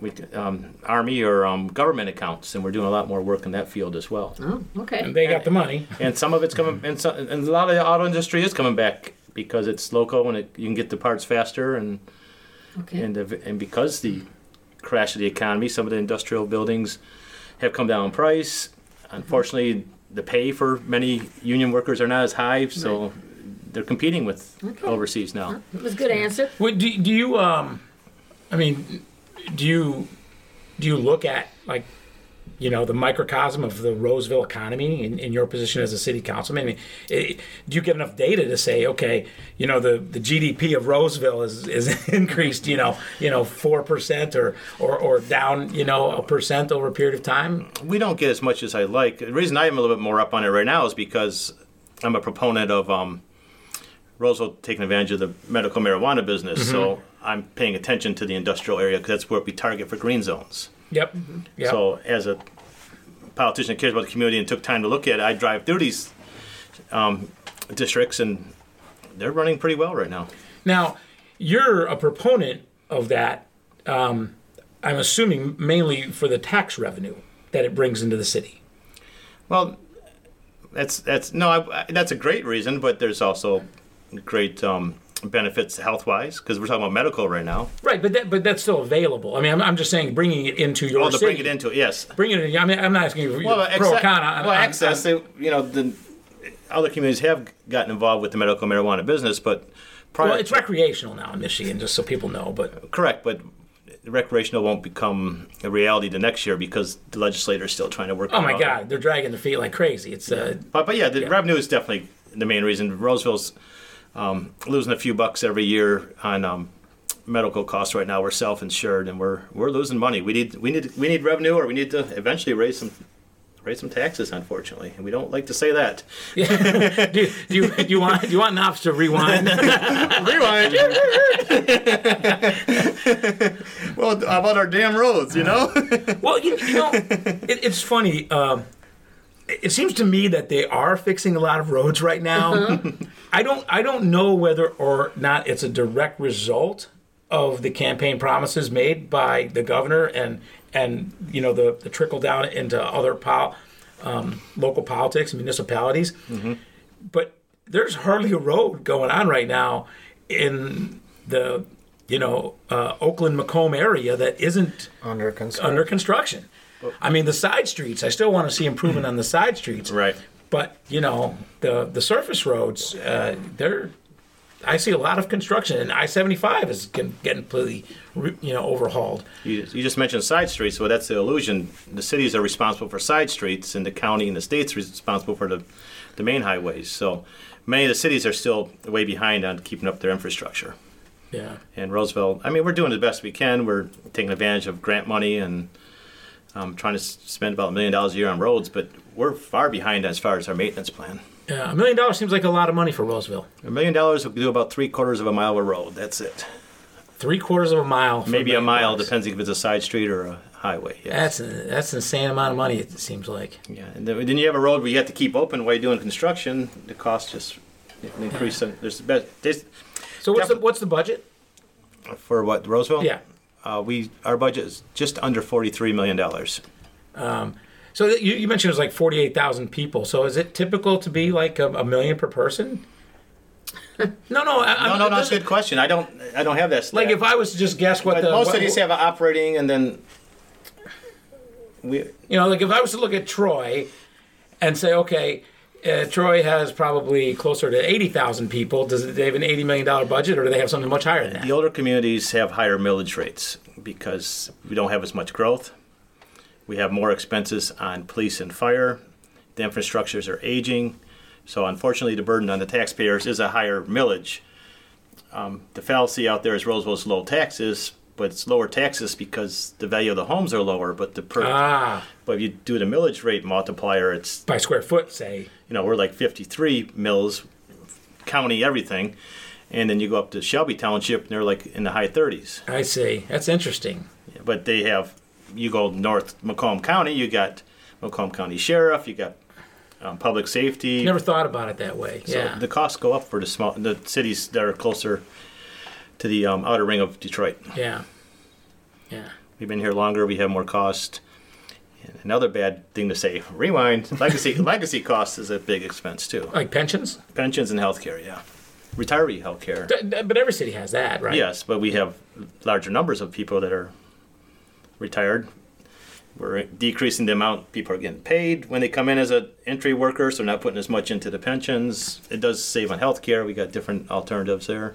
S5: we, um, army or um, government accounts, and we're doing a lot more work in that field as well
S4: Oh, okay.
S2: And they got the money.
S5: and some of it's coming, and, some, and a lot of the auto industry is coming back because it's local and it, you can get the parts faster, and
S4: okay.
S5: and the, and because the crash of the economy, some of the industrial buildings have come down in price. Unfortunately, the pay for many union workers are not as high, so they're competing with overseas now.
S4: it was a good answer.
S2: What do, do you um I mean do you do you look at like you know the microcosm of the Roseville economy in, in your position as a city councilman? I mean, it, do you get enough data to say, okay, you know the, the GDP of Roseville is, is increased, you know, you know four percent or, or or down, you know, a percent over a period of time?
S5: we don't get as much as I like. The reason I am a little bit more up on it right now is because I'm a proponent of um, Roosevelt taking advantage of the medical marijuana business. So I'm paying attention to the industrial area because that's where we target for green zones.
S2: Yep. Yep.
S5: So as a politician that cares about the community and took time to look at it, I drive through these um, districts and they're running pretty well right now.
S2: Now, you're a proponent of that. Um, I'm assuming mainly for the tax revenue that it brings into the city.
S5: Well, that's that's no, I, I- that's a great reason, but there's also great um, benefits health wise because we're talking about medical right now.
S2: Right, but that, but that's still available. I mean, I'm, I'm just saying bringing it into your
S5: Oh, to
S2: city.
S5: bring it into it, yes.
S2: Bringing it. in- I mean, I'm not asking you for
S5: Well,
S2: your pro or
S5: acce-
S2: con. I'm-
S5: well,
S2: I'm-
S5: access.
S2: I'm-
S5: they- you know, the other communities have gotten involved with the medical marijuana business, but prior,
S2: well, it's recreational now in Michigan, just so people know. But
S5: correct, but recreational won't become a reality the next year because the legislator is still trying to work.
S2: oh my
S5: out-
S2: God, they're dragging their feet like crazy. It's uh,
S5: But, but yeah, the revenue is definitely the main reason. Roseville's um, losing a few bucks every year on um, medical costs right now. We're self-insured and we're we're losing money. We need we need we need revenue, or we need to eventually raise some raise some taxes. Unfortunately, and we don't like to say that.
S2: do, you- do you do you want do you want Knops to rewind?
S5: Rewind. well, about our damn roads, you know?
S2: Well, you, you know, it, it's funny. Um, it it seems to me that they are fixing a lot of roads right now. I don't, I don't know whether or not it's a direct result of the campaign promises made by the governor and and you know the, the trickle down into other pol- um, local politics, municipalities. But there's hardly a road going on right now in the you know uh, Oakland Macomb area that isn't
S1: Under construction.
S2: under construction. I mean, the side streets. I still want to see improvement on the side streets.
S5: Right.
S2: But you know, the the surface roads, uh, they're. I see a lot of construction, and I seventy five is getting getting completely, re- you know, overhauled.
S5: You, you just mentioned side streets, well, that's the illusion. The cities are responsible for side streets, and the county and the state's responsible for the, the main highways. So many of the cities are still way behind on keeping up their infrastructure.
S2: Yeah.
S5: And Roosevelt, I mean, we're doing the best we can. We're taking advantage of grant money and um, trying to s- spend about a million dollars a year on roads, but we're far behind as far as our maintenance plan.
S2: Yeah. A million dollars seems like a lot of money for Roseville.
S5: A million dollars will do about three quarters of a mile of road. That's it.
S2: Three quarters of a mile. for
S5: Maybe a
S2: million
S5: mile,
S2: dollars.
S5: depends if it's a side street or a highway. Yeah.
S2: That's an, that's an insane amount of money. It seems like.
S5: yeah. And then then you have a road where you have to keep open while you're doing construction. The cost just increase. There's the best this,
S2: So what's the
S5: Defi-
S2: what's the budget?
S5: for what Roseville.
S2: Yeah.
S5: Uh, we our budget is just under forty-three million dollars.
S2: So that- you, you mentioned it was like forty eight thousand people. So is it typical to be like a, a million per person? No, no, I,
S5: No,
S2: I'm,
S5: no, no. That's
S2: this-
S5: a good question. I don't. I don't have that. Stat.
S2: Like if I was to just guess what
S5: But
S2: the
S5: most
S2: what-
S5: of these have operating, and then we.
S2: You know, like if I was to look at Troy and say, okay, uh, Troy has probably closer to 80,000 people. Does they have an $80 million budget or do they have something much higher than
S5: The
S2: that?
S5: older communities have higher millage rates because we don't have as much growth. We have more expenses on police and fire. The infrastructures are aging. So unfortunately, the burden on the taxpayers is a higher millage. Um, the fallacy out there is Roseville's low taxes, but it's lower taxes because the value of the homes are lower. But the per,
S2: Ah,
S5: but if you do the millage rate multiplier, it's
S2: by square foot, say.
S5: you know, we're like 53 mills, county everything. And then you go up to Shelby Township, and they're like in the high 30s.
S2: I see. That's interesting.
S5: But they have, you go north Macomb County, you got Macomb County Sheriff, you got um, public safety.
S2: Never thought about it that way.
S5: so
S2: yeah.
S5: the costs go up for the small, the cities that are closer to the um, outer ring of Detroit.
S2: yeah. Yeah.
S5: We've been here longer, we have more cost. And another bad thing to say, rewind, legacy, legacy cost is a big expense too.
S2: Like pensions?
S5: Pensions and healthcare, yeah. Retiree healthcare.
S2: Th- th- But every city has that, right?
S5: Yes, but we have larger numbers of people that are retired. We're decreasing the amount people are getting paid when they come in as an entry worker, so they're not putting as much into the pensions. It does save on healthcare. We got different alternatives there,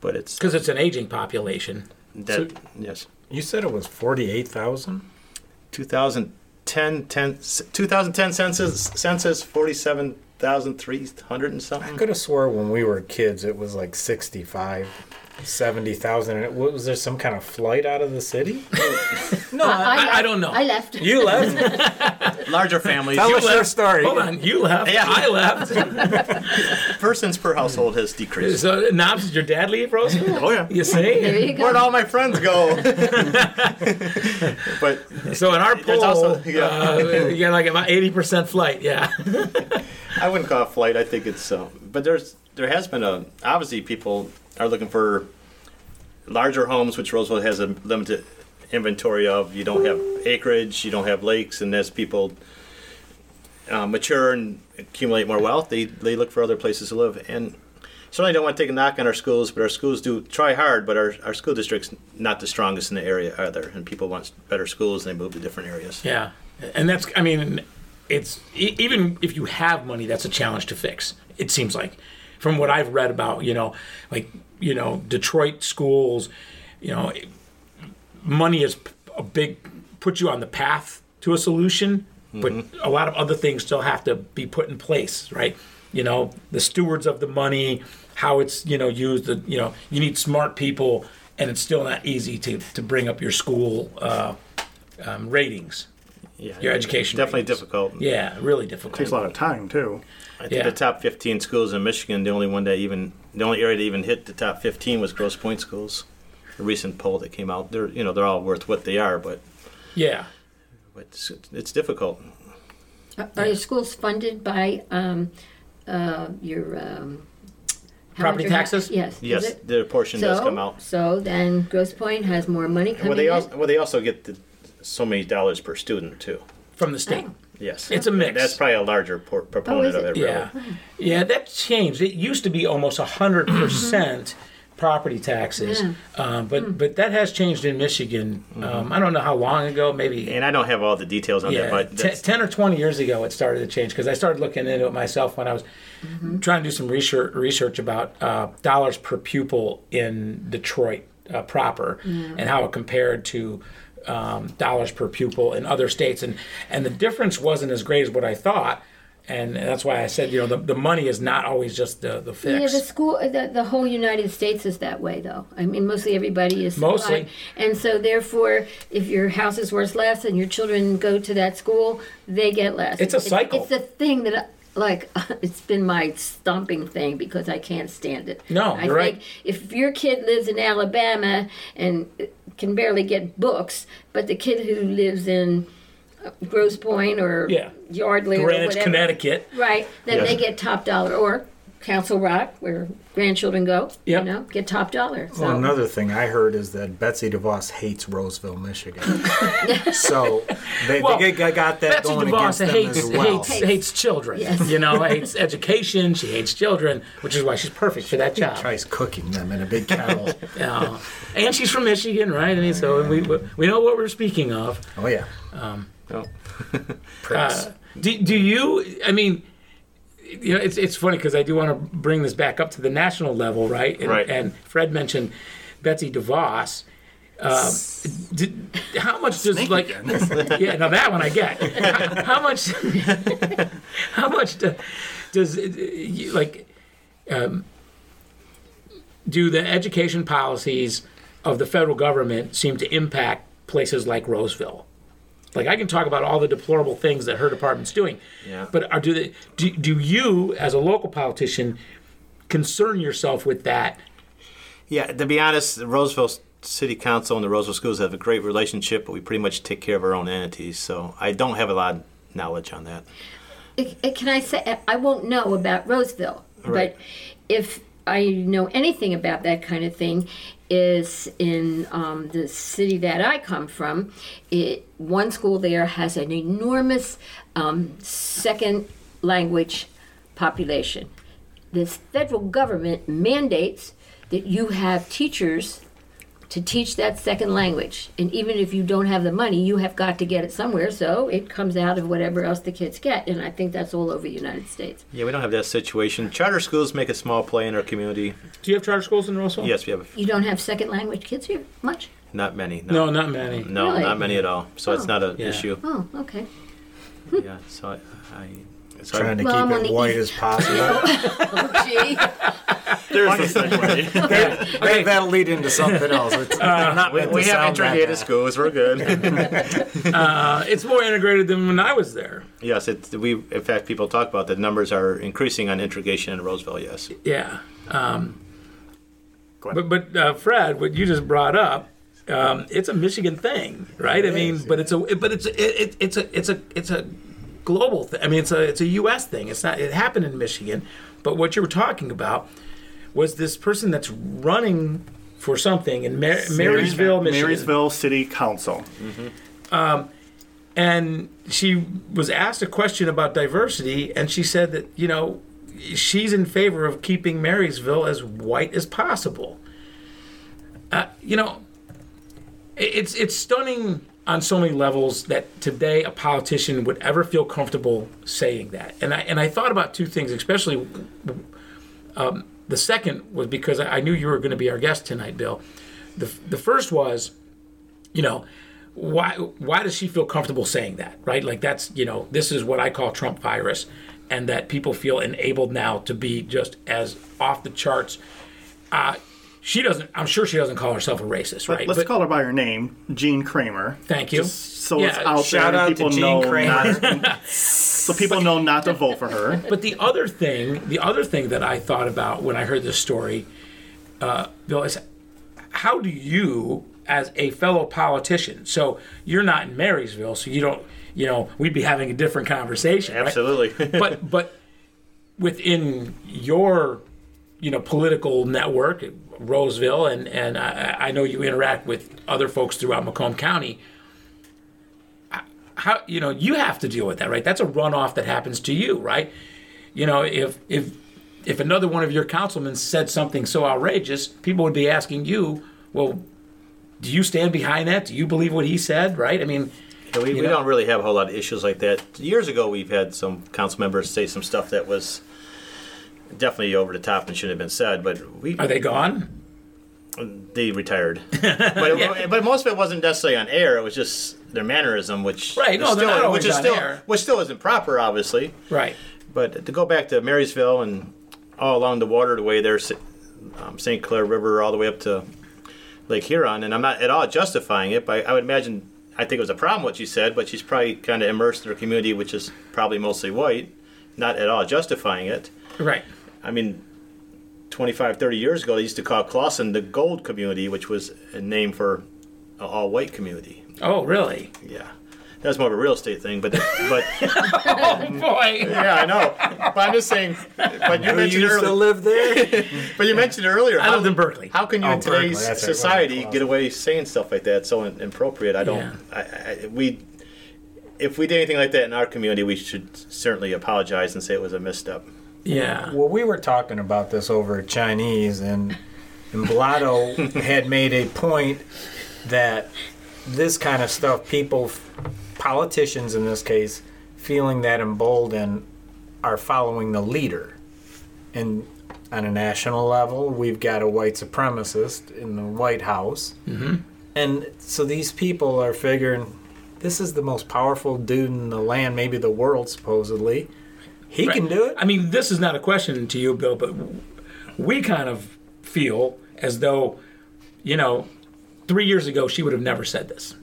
S5: but it's
S2: Because it's an aging population.
S5: that yes.
S1: You said it was 48,000?
S5: 2010, 10 2010 census census forty seven thousand three hundred and
S1: I
S5: something.
S1: could have swore when we were kids it was like 65, 70,000. And it- what, was there some kind of flight out of the city? no. I,
S2: I- I don't know.
S4: I left.
S1: you left.
S5: Larger families.
S1: Tell us
S2: left.
S1: your story.
S2: Hold on, you left.
S5: Yeah.
S2: I left.
S5: Persons per household has decreased.
S2: so, Knobs, did your dad leave Roseville?
S3: Oh yeah.
S2: You see?
S4: There you
S5: Where'd
S4: go.
S5: all my friends go? but
S2: So in our
S5: There's
S2: poll,
S5: also- yeah.
S2: uh, you got like about eighty percent flight. Yeah,
S5: I wouldn't call it flight. I think it's uh, but there's there has been a obviously people are looking for larger homes, which Roseville has a limited inventory of. You don't have acreage, you don't have lakes, and as people uh, mature and accumulate more wealth, they they look for other places to live. And certainly don't want to take a knock on our schools, but our schools do try hard. But our our school district's not the strongest in the area either, and people want better schools and they move to different areas.
S2: yeah, and that's. I mean, it's e- even if you have money, that's a challenge to fix. It seems like, from what I've read about, you know, like you know, Detroit schools, you know, money is p- a big put you on the path to a solution, but a lot of other things still have to be put in place, right? You know, the stewards of the money, how it's you know used. The, you know, you need smart people, and it's still not easy to to bring up your school uh, um, ratings.
S5: Yeah,
S2: Your education
S5: definitely
S2: ratings.
S5: difficult.
S2: Yeah, really difficult.
S3: Takes a lot of time too.
S5: I think
S2: Yeah.
S5: the top 15 schools in Michigan, the only one that even, the only area that even hit the top 15 was Gross Point schools. A recent poll that came out, they're, you know, they're all worth what they are, but,
S2: Yeah,
S5: but it's, it's difficult.
S4: Uh, Are your schools funded by um, uh, your um, how
S2: Property
S4: much your-
S2: taxes?
S4: Yes. is
S5: Yes,
S4: it?
S5: the portion does come out.
S4: So then Gross Point has more money coming
S5: Well, they
S4: in.
S5: also, well, they also get the, so many dollars per student too.
S2: from the state.
S5: Yes.
S2: It's a mix.
S5: That's probably a larger por- proponent
S4: Oh, is
S5: of
S4: it?
S5: it, really.
S2: Yeah, yeah, that changed. It used to be almost hundred percent property taxes,
S4: Yeah.
S2: um, but but that has changed in Michigan.
S5: Mm-hmm.
S2: Um, I don't know how long ago, maybe
S5: And I don't have all the details on
S2: yeah,
S5: that, but
S2: te-
S5: that's-
S2: ten or twenty years ago, it started to change because I started looking into it myself when I was
S4: Mm-hmm.
S2: trying to do some research research about uh, dollars per pupil in Detroit uh, proper
S4: Mm.
S2: and how it compared to. Um, dollars per pupil in other states, and and the difference wasn't as great as what I thought, and, and that's why I said you know the, the money is not always just the the fix.
S4: Yeah, the school, the, the whole United States is that way, though. I mean, mostly everybody is
S2: Mostly.
S4: supplied. and so therefore, if your house is worth less and your children go to that school, they get less.
S2: It's a cycle.
S4: It's, a thing that, I- like, it's been my stomping thing because I can't stand it.
S2: No,
S4: I
S2: you're right.
S4: think If your kid lives in Alabama and can barely get books, but the kid who lives in uh, Grosse Point or
S2: Yeah.
S4: Yardley or
S2: Greenwich,
S4: whatever,
S2: Connecticut.
S4: Right, then
S5: Yes.
S4: they get top dollar, or Council Rock, where grandchildren go,
S2: Yep.
S4: you know, get top dollar. So
S1: Well, another thing I heard is that Betsy DeVos hates Roseville, Michigan. so they,
S2: Well,
S1: they got- got that
S2: Betsy
S1: going
S2: DeVos
S1: against them
S2: hates,
S1: as well.
S2: hates hates children.
S4: Yes.
S2: You know, hates education. She hates children, which is why she's perfect for that job.
S1: Tries cooking them in a big kettle.
S2: Yeah. and she's from Michigan, right? I mean, so we we know what we're speaking of.
S1: oh yeah,
S2: Um,
S5: No.
S2: Uh,
S1: pricks.
S2: Do, do you? I mean, you know, it's it's funny because I do want to bring this back up to the national level, right? And,
S5: Right.
S2: And Fred mentioned Betsy DeVos. Uh, did, how much does like yeah now that one I get how, how much how much do, does it- you- like um, do the education policies of the federal government seem to impact places like Roseville? Like I can talk about all the deplorable things that her department's doing,
S5: Yeah.
S2: but are, do, they, do do you as a local politician concern yourself with that?
S5: Yeah, to be honest, the Roseville City Council and the Roseville Schools have a great relationship, but we pretty much take care of our own entities. So I don't have a lot of knowledge on that.
S4: it, it- can I say I won't know about Roseville,
S5: Right.
S4: but if I know anything about that kind of thing, is in um, the city that I come from. It one school there has an enormous um, second language population. The federal government mandates that you have teachers to teach that second language. And even if you don't have the money, you have got to get it somewhere, so it comes out of whatever else the kids get. And I think that's all over the United States.
S5: Yeah, we don't have that situation. Charter schools make a small play in our community.
S2: Do you have charter schools in Roseville?
S5: Yes, we have
S4: You don't have second language kids here much?
S5: not many.
S2: No, not many.
S5: No,
S4: Really?
S5: not many at all. So it's
S4: Oh.
S5: not an
S2: Yeah.
S5: issue.
S4: Oh, okay.
S5: Yeah. So I, I so I-
S1: trying to
S4: Well, I'm
S1: keep
S4: on
S1: it
S4: the
S1: white
S4: east-
S1: as possible.
S4: Oh, gee.
S3: There's the segue.
S1: That- That'll lead into something else. It's not
S5: we,
S1: meant to
S5: we have
S1: sound that
S5: integrated
S1: bad.
S5: schools. We're good.
S2: Uh, it's more integrated than when I was there.
S5: yes, it's we. In fact, people talk about the numbers are increasing on integration in Roseville. Yes.
S2: Yeah. Um,
S3: Go ahead.
S2: but but uh, Fred, what you just brought up, um, it's a Michigan thing, right? I mean, but it's a but it's it, it, it's a it's a it's a global thing. I mean, it's a it's a U.S. thing. It's not it happened in Michigan, but what you were talking about was this person that's running for something in Mar- Marysville, Michigan,
S3: Marysville City Council.
S2: and she was asked a question about diversity, and she said that you know she's in favor of keeping Marysville as white as possible. Uh, you know, i- it's it's stunning on so many levels that today a politician would ever feel comfortable saying that. And I and I thought about two things, especially um, the second was because I I knew you were going to be our guest tonight, Bill. The f- the first was you know why why does she feel comfortable saying that right like that's you know this is what i call trump virus and that people feel enabled now to be just as off the charts uh, she doesn't i'm sure she doesn't call herself a racist right
S3: Let's call her by her name, Jean Kramer.
S2: thank you
S3: So it's
S2: Yeah,
S3: out
S1: Shout
S3: there.
S1: out
S3: and
S1: to
S3: people
S1: Jean
S3: know
S1: Kramer.
S3: Not, so people know not to vote for her.
S2: but the other thing, the other thing that I thought about when I heard this story, uh, Bill, is how do you, as a fellow politician, so you're not in Marysville, so you don't, you know, we'd be having a different conversation. right?
S5: Absolutely.
S2: but but within your, you know, political network, Roseville, and and I, I know you interact with other folks throughout Macomb County how you know you have to deal with that right that's a runoff that happens to you right you know if if if another one of your councilmen said something so outrageous people would be asking you well do you stand behind that do you believe what he said right i mean
S5: Yeah, we, we
S2: know?
S5: don't really have a whole lot of issues like that. Years ago, we've had some council members say some stuff that was definitely over the top and shouldn't have been said, but we
S2: are they gone
S5: they retired. but, but most of it wasn't necessarily on air. It was just their mannerism, which
S2: Right, no,
S5: is
S2: they're
S5: still,
S2: not always
S5: which is
S2: on
S5: still
S2: air.
S5: which still isn't proper, obviously.
S2: right
S5: But to go back to Marysville and all along the water the way there, S- um, St. Clair River, all the way up to Lake Huron, and I'm not at all justifying it, but I, I would imagine I think it was a problem what she said, but she's probably kind of immersed in her community, which is probably mostly white, not at all justifying it.
S2: right
S5: I mean, 25, 30 years ago, they used to call Clawson the Gold Community, which was a name for an all white community.
S2: oh really
S5: Yeah. That's more of a real estate thing, but but
S2: Oh boy.
S3: Yeah, I know. But I'm just saying. But you
S1: Who
S3: mentioned
S1: used to
S3: earlier.
S1: live there?
S3: But you mentioned earlier.
S2: I
S3: how-
S2: lived in Berkeley.
S3: How can you
S1: Oh,
S3: in today's
S1: Berkeley, that's right,
S3: society
S1: right.
S5: get away saying stuff like that so in- inappropriate. I don't.
S2: Yeah.
S5: I, I, we, if we did anything like that in our community, we should certainly apologize and say it was a misstep.
S2: Yeah.
S1: Well, we were talking about this over Chinese, and and Blotto had made a point that this kind of stuff, people, politicians in this case, feeling that emboldened, are following the leader, and on a national level, we've got a white supremacist in the White House,
S2: Mm-hmm.
S1: and so these people are figuring. This is the most powerful dude in the land, maybe the world, supposedly. He can do it.
S2: I mean, this is not a question to you, Bill, but we kind of feel as though, you know, three years ago she would have never said this.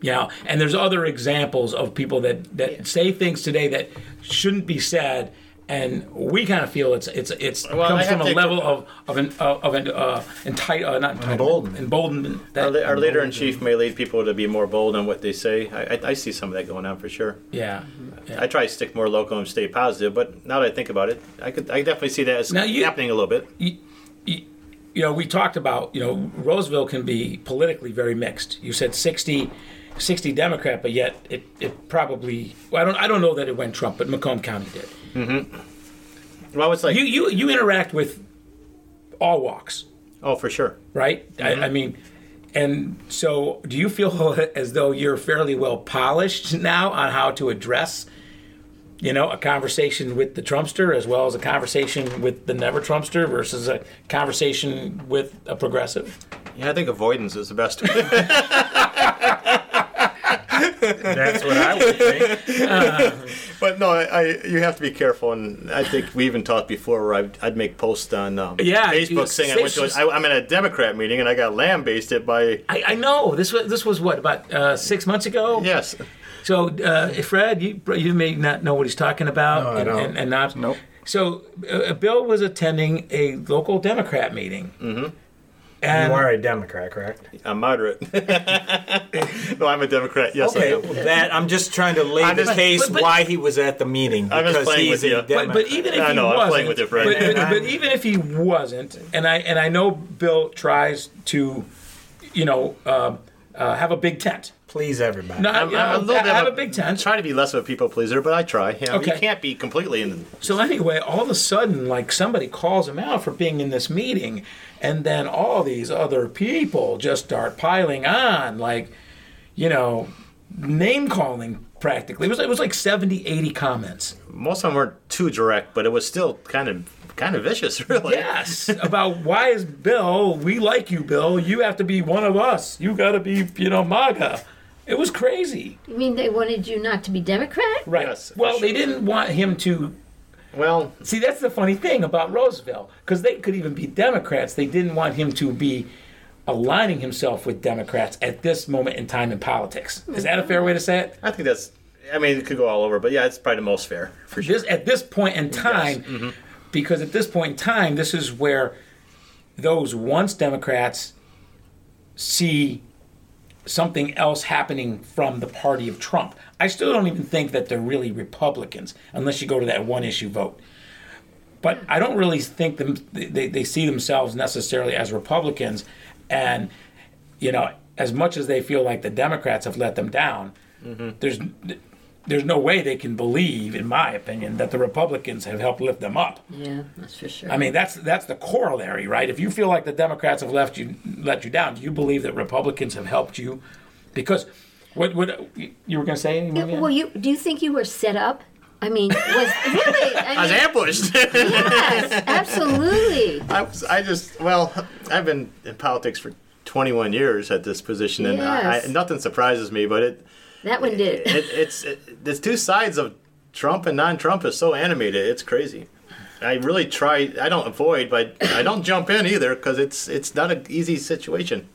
S2: You know, and there's other examples of people that that say things today that shouldn't be said, and we kind of feel it's it's it's
S5: I
S2: comes
S5: have
S2: from a
S5: to-
S2: level of of an of of an uh, enti- uh not entitlement,
S1: Emboldenment.
S2: emboldenment that
S5: Our, la- our leader in chief may lead people to be more bold on what they say. I, I, I see some of that going on for sure.
S2: yeah, yeah.
S5: I try to stick more local and stay positive, but now that I think about it, I could I definitely see that as
S2: Now you-
S5: happening a little bit.
S2: you, you you know, we talked about, you know, Roseville can be politically very mixed. You said 60, 60 Democrat, but yet it, it probably, well, I don't, I don't know that it went Trump, but Macomb County did.
S5: Well, it's like
S2: You, you, you interact with all walks,
S5: oh, for sure.
S2: right? I, I mean, and so do you feel as though you're fairly well polished now on how to address, you know, a conversation with the Trumpster as well as a conversation with the never Trumpster versus a conversation with a progressive?
S5: Yeah, I think avoidance is the best.
S1: That's what I would think.
S5: but no, I, I you have to be careful, and I think we even talked before where I'd, I'd make posts on um,
S2: Yeah, you-
S5: Facebook saying I went to a, I, I'm in a Democrat meeting and I got lambasted by
S2: I, I know this was this was what about uh, six months ago.
S5: yes.
S2: So uh, Fred, you you may not know what he's talking about,
S1: No, I
S2: and,
S1: don't.
S2: and and not.
S3: Nope.
S2: So uh, Bill was attending a local Democrat meeting, mm-hmm. and
S1: You are a Democrat, correct?
S5: I'm moderate. no, I'm a Democrat. Yes,
S1: Okay,
S5: I am.
S1: that I'm just trying to lay
S5: I'm
S1: the
S5: just-
S1: case
S2: but- but-
S1: why he was at the meeting
S5: I'm just
S1: because
S5: playing
S1: he's
S5: with you.
S1: a
S5: But-
S1: Democrat.
S2: But, but even if
S5: I know,
S2: he
S5: I'm
S2: wasn't,
S5: playing with it, Fred.
S2: But, but,
S1: And
S2: but
S1: I'm-
S2: even if he wasn't, and I and I know Bill tries to, you know, uh, uh, have a big tent.
S1: Please, everybody.
S2: No,
S5: I'm-
S2: you
S5: I'm a
S2: know,
S5: little bit of
S2: have
S5: a-
S2: a big tent.
S5: try to be less of a people pleaser, but I try. You, know, you
S2: Okay.
S5: can't be completely in.
S2: So anyway, all of a sudden, like somebody calls him out for being in this meeting, and then all these other people just start piling on, like, you know, name calling practically. It was it was like 70, 80 comments.
S5: Most of them weren't too direct, but it was still kind of kind of vicious, really.
S2: Yes, about why is Bill? We like you, Bill. You have to be one of us. You got to be, you know, MAGA. It was crazy,
S4: You mean they wanted you not to be Democrat?
S2: right?
S5: Yes,
S2: well,
S5: sure.
S2: they didn't want him to
S5: Well,
S2: See, that's the funny thing about Roosevelt, because they could even be Democrats. They didn't want him to be aligning himself with Democrats at this moment in time in politics. Is that a fair way to say it?
S5: I think that's. I mean, it could go all over, but yeah, it's probably the most fair for sure.
S2: This, at this point in time, because at this point in time, this is where those once Democrats see something else happening from the party of Trump. I still don't even think that they're really Republicans unless you go to that one issue vote. But I don't really think them they, they see themselves necessarily as Republicans and you know as much as they feel like the Democrats have let them down there's there's no way they can believe in my opinion that the Republicans have helped lift them up.
S4: Yeah, that's for sure.
S2: I mean, that's that's the corollary, right? If you feel like the Democrats have left you let you down, do you believe that Republicans have helped you? Because what what you were going to say? anything, Vivian?
S4: well, you do you think you were set up? I mean, was really?
S5: I
S4: I
S5: was
S4: mean,
S5: ambushed.
S4: yes, absolutely.
S5: I was. I just. Well, I've been in politics for 21 years at this position, and I, I,
S4: Yes.
S5: nothing surprises me. But it,
S4: That one did.
S5: it it's it, the two sides of Trump and non-Trump is so animated. It's crazy. I really try. I don't avoid, but I don't jump in either because it's it's not an easy situation.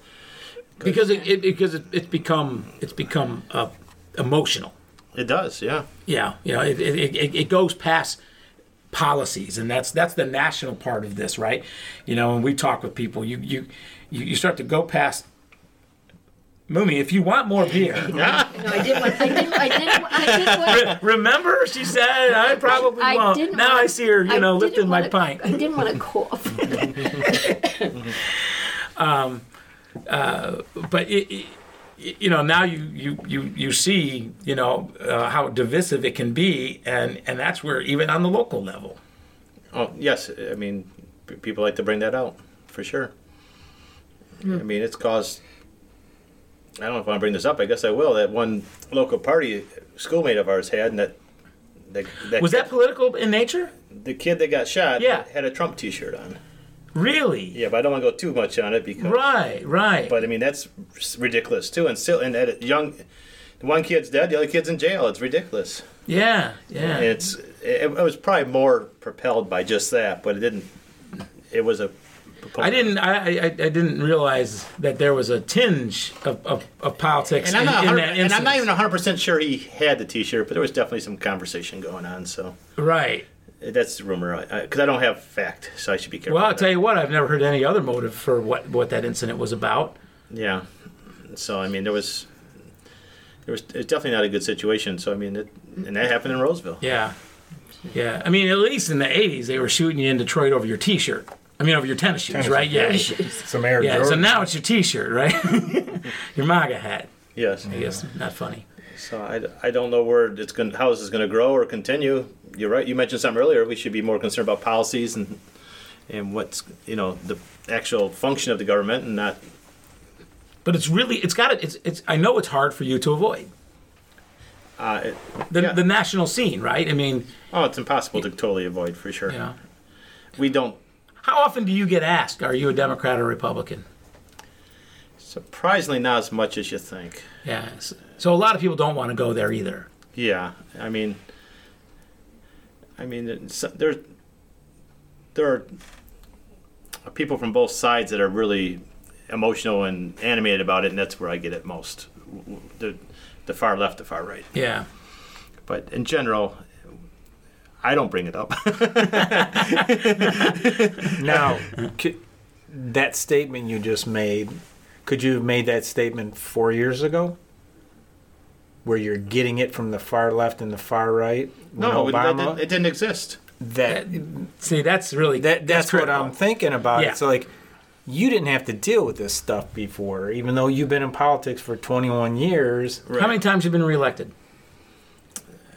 S2: because it, it because it, it's become it's become uh, emotional.
S5: It does, yeah.
S2: Yeah, you know, it, it, it, it goes past policies, and that's that's the national part of this, right? You know, when we talk with people, you you you, you start to go past Moomy, if you want more beer,
S4: No, I did want. I did. I did. I did want.
S2: remember she said I probably
S4: I
S2: won't.
S4: didn't
S2: now
S4: wanna-
S2: I see her, you
S4: I
S2: know,
S4: didn't
S2: lifting my
S4: wanna-
S2: pint.
S4: I didn't want to cough.
S2: but it, it, you know now you you you you see you know uh, how divisive it can be, and and that's where even on the local level.
S5: Oh, yes. I mean, p- people like to bring that out for sure.
S2: Hmm.
S5: I mean, it's caused. I don't know if I want to bring this up. I guess I will. That one local party a schoolmate of ours had, and that. That, that,
S2: Was that political in nature?
S5: the kid that got shot?
S2: Yeah.
S5: had a Trump T-shirt on.
S2: Really?
S5: Yeah, but I don't want to go too much on it because.
S2: Right, right.
S5: But I mean, that's ridiculous too, and still, and at a young, the one kid's dead, the other kid's in jail. It's ridiculous.
S2: yeah, yeah.
S5: It's it, it was probably more propelled by just that, but it didn't. It was a.
S2: I didn't. I, I. I didn't realize that there was a tinge of, of, of politics
S5: And
S2: in,
S5: I'm not,
S2: in
S5: 100
S2: that
S5: and I'm not even
S2: instance.
S5: 100 percent sure he had the T-shirt, but there was definitely some conversation going on. So
S2: right.
S5: that's the rumor, because I, don't have fact, so I should be careful.
S2: Well, I'll
S5: with
S2: tell
S5: that.
S2: you what. I've never heard any other motive for what what that incident was about.
S5: Yeah. So I mean, there was. There was it's definitely not a good situation. So I mean, it, and that happened in Roseville.
S2: Yeah. Yeah. I mean, at least in the 80s, they were shooting you in Detroit over your t shirt. I mean, over your tennis shoes, right? Yeah.
S1: Some Air
S2: Yeah. So
S1: Jordan.
S2: now it's your t shirt, right? your MAGA hat.
S5: Yes.
S2: I guess not funny.
S5: So I, I don't know where it's going, how this is going to grow or continue. You're right. You mentioned something earlier. We should be more concerned about policies and and what's you know the actual function of the government and not.
S2: But it's really, it's got it. It's, it's, I know it's hard for you to avoid
S5: Uh, it,
S2: the,
S5: Yeah.
S2: the national scene, right? I mean,
S5: oh, it's impossible to totally avoid for sure.
S2: you know,
S5: We don't.
S2: how often do you get asked, are you a Democrat or Republican?
S5: Surprisingly, not as much as you think.
S2: Yeah. s- So a lot of people don't want to go there either.
S5: Yeah, I mean, I mean, it's- uh, there, there are people from both sides that are really emotional and animated about it, and that's where I get it most. W- w- The, the far left, the far right.
S2: Yeah.
S5: But in general, I don't bring it up.
S1: Now, could, that statement you just made, could you have made that statement four years ago? Where you're getting it from the far left and the far right? when
S5: no, it- that
S1: Obama?
S5: didn't- it didn't exist.
S1: that,
S2: Uh, See, that's really,
S1: that that's what
S2: critical.
S1: I'm thinking about.
S2: Yeah.
S1: It's like you didn't have to deal with this stuff before, even though you've been in politics for 21 years.
S5: Right.
S2: How many times you have been reelected?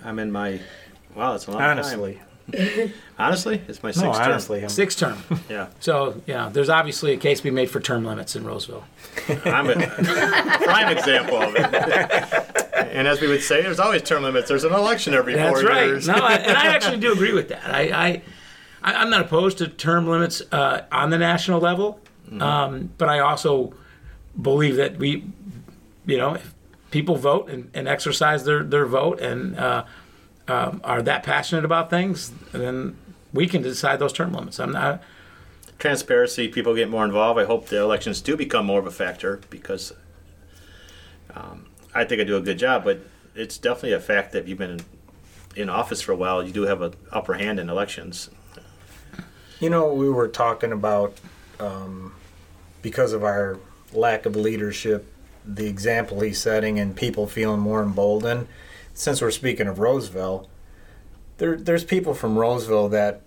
S5: I'm in my. Wow, that's a long
S1: Honestly,
S5: time. Honestly, it's my sixth
S1: no,
S5: term.
S1: honestly, I'm,
S2: Six term.
S5: Yeah,
S2: So yeah, there's obviously a case to be made for term limits in Roseville.
S5: I'm a prime example of it. And as we would say, there's always term limits. There's an election every
S2: That's
S5: four
S2: right.
S5: years.
S2: No, I, and I actually do agree with that. I, I, I I'm not opposed to term limits uh, on the national level, um, but I also believe that we, you know, if people vote and, and exercise their their vote and uh, um, are that passionate about things, then we can decide those term limits. I'm not.
S5: Transparency, people get more involved. I hope the elections do become more of a factor because um, I think I do a good job, but it's definitely a fact that if you've been in, in office for a while, you do have an upper hand in elections.
S1: You know, we were talking about um, because of our lack of leadership, the example he's setting, and people feeling more emboldened. Since we're speaking of Roseville, there, there's people from Roseville that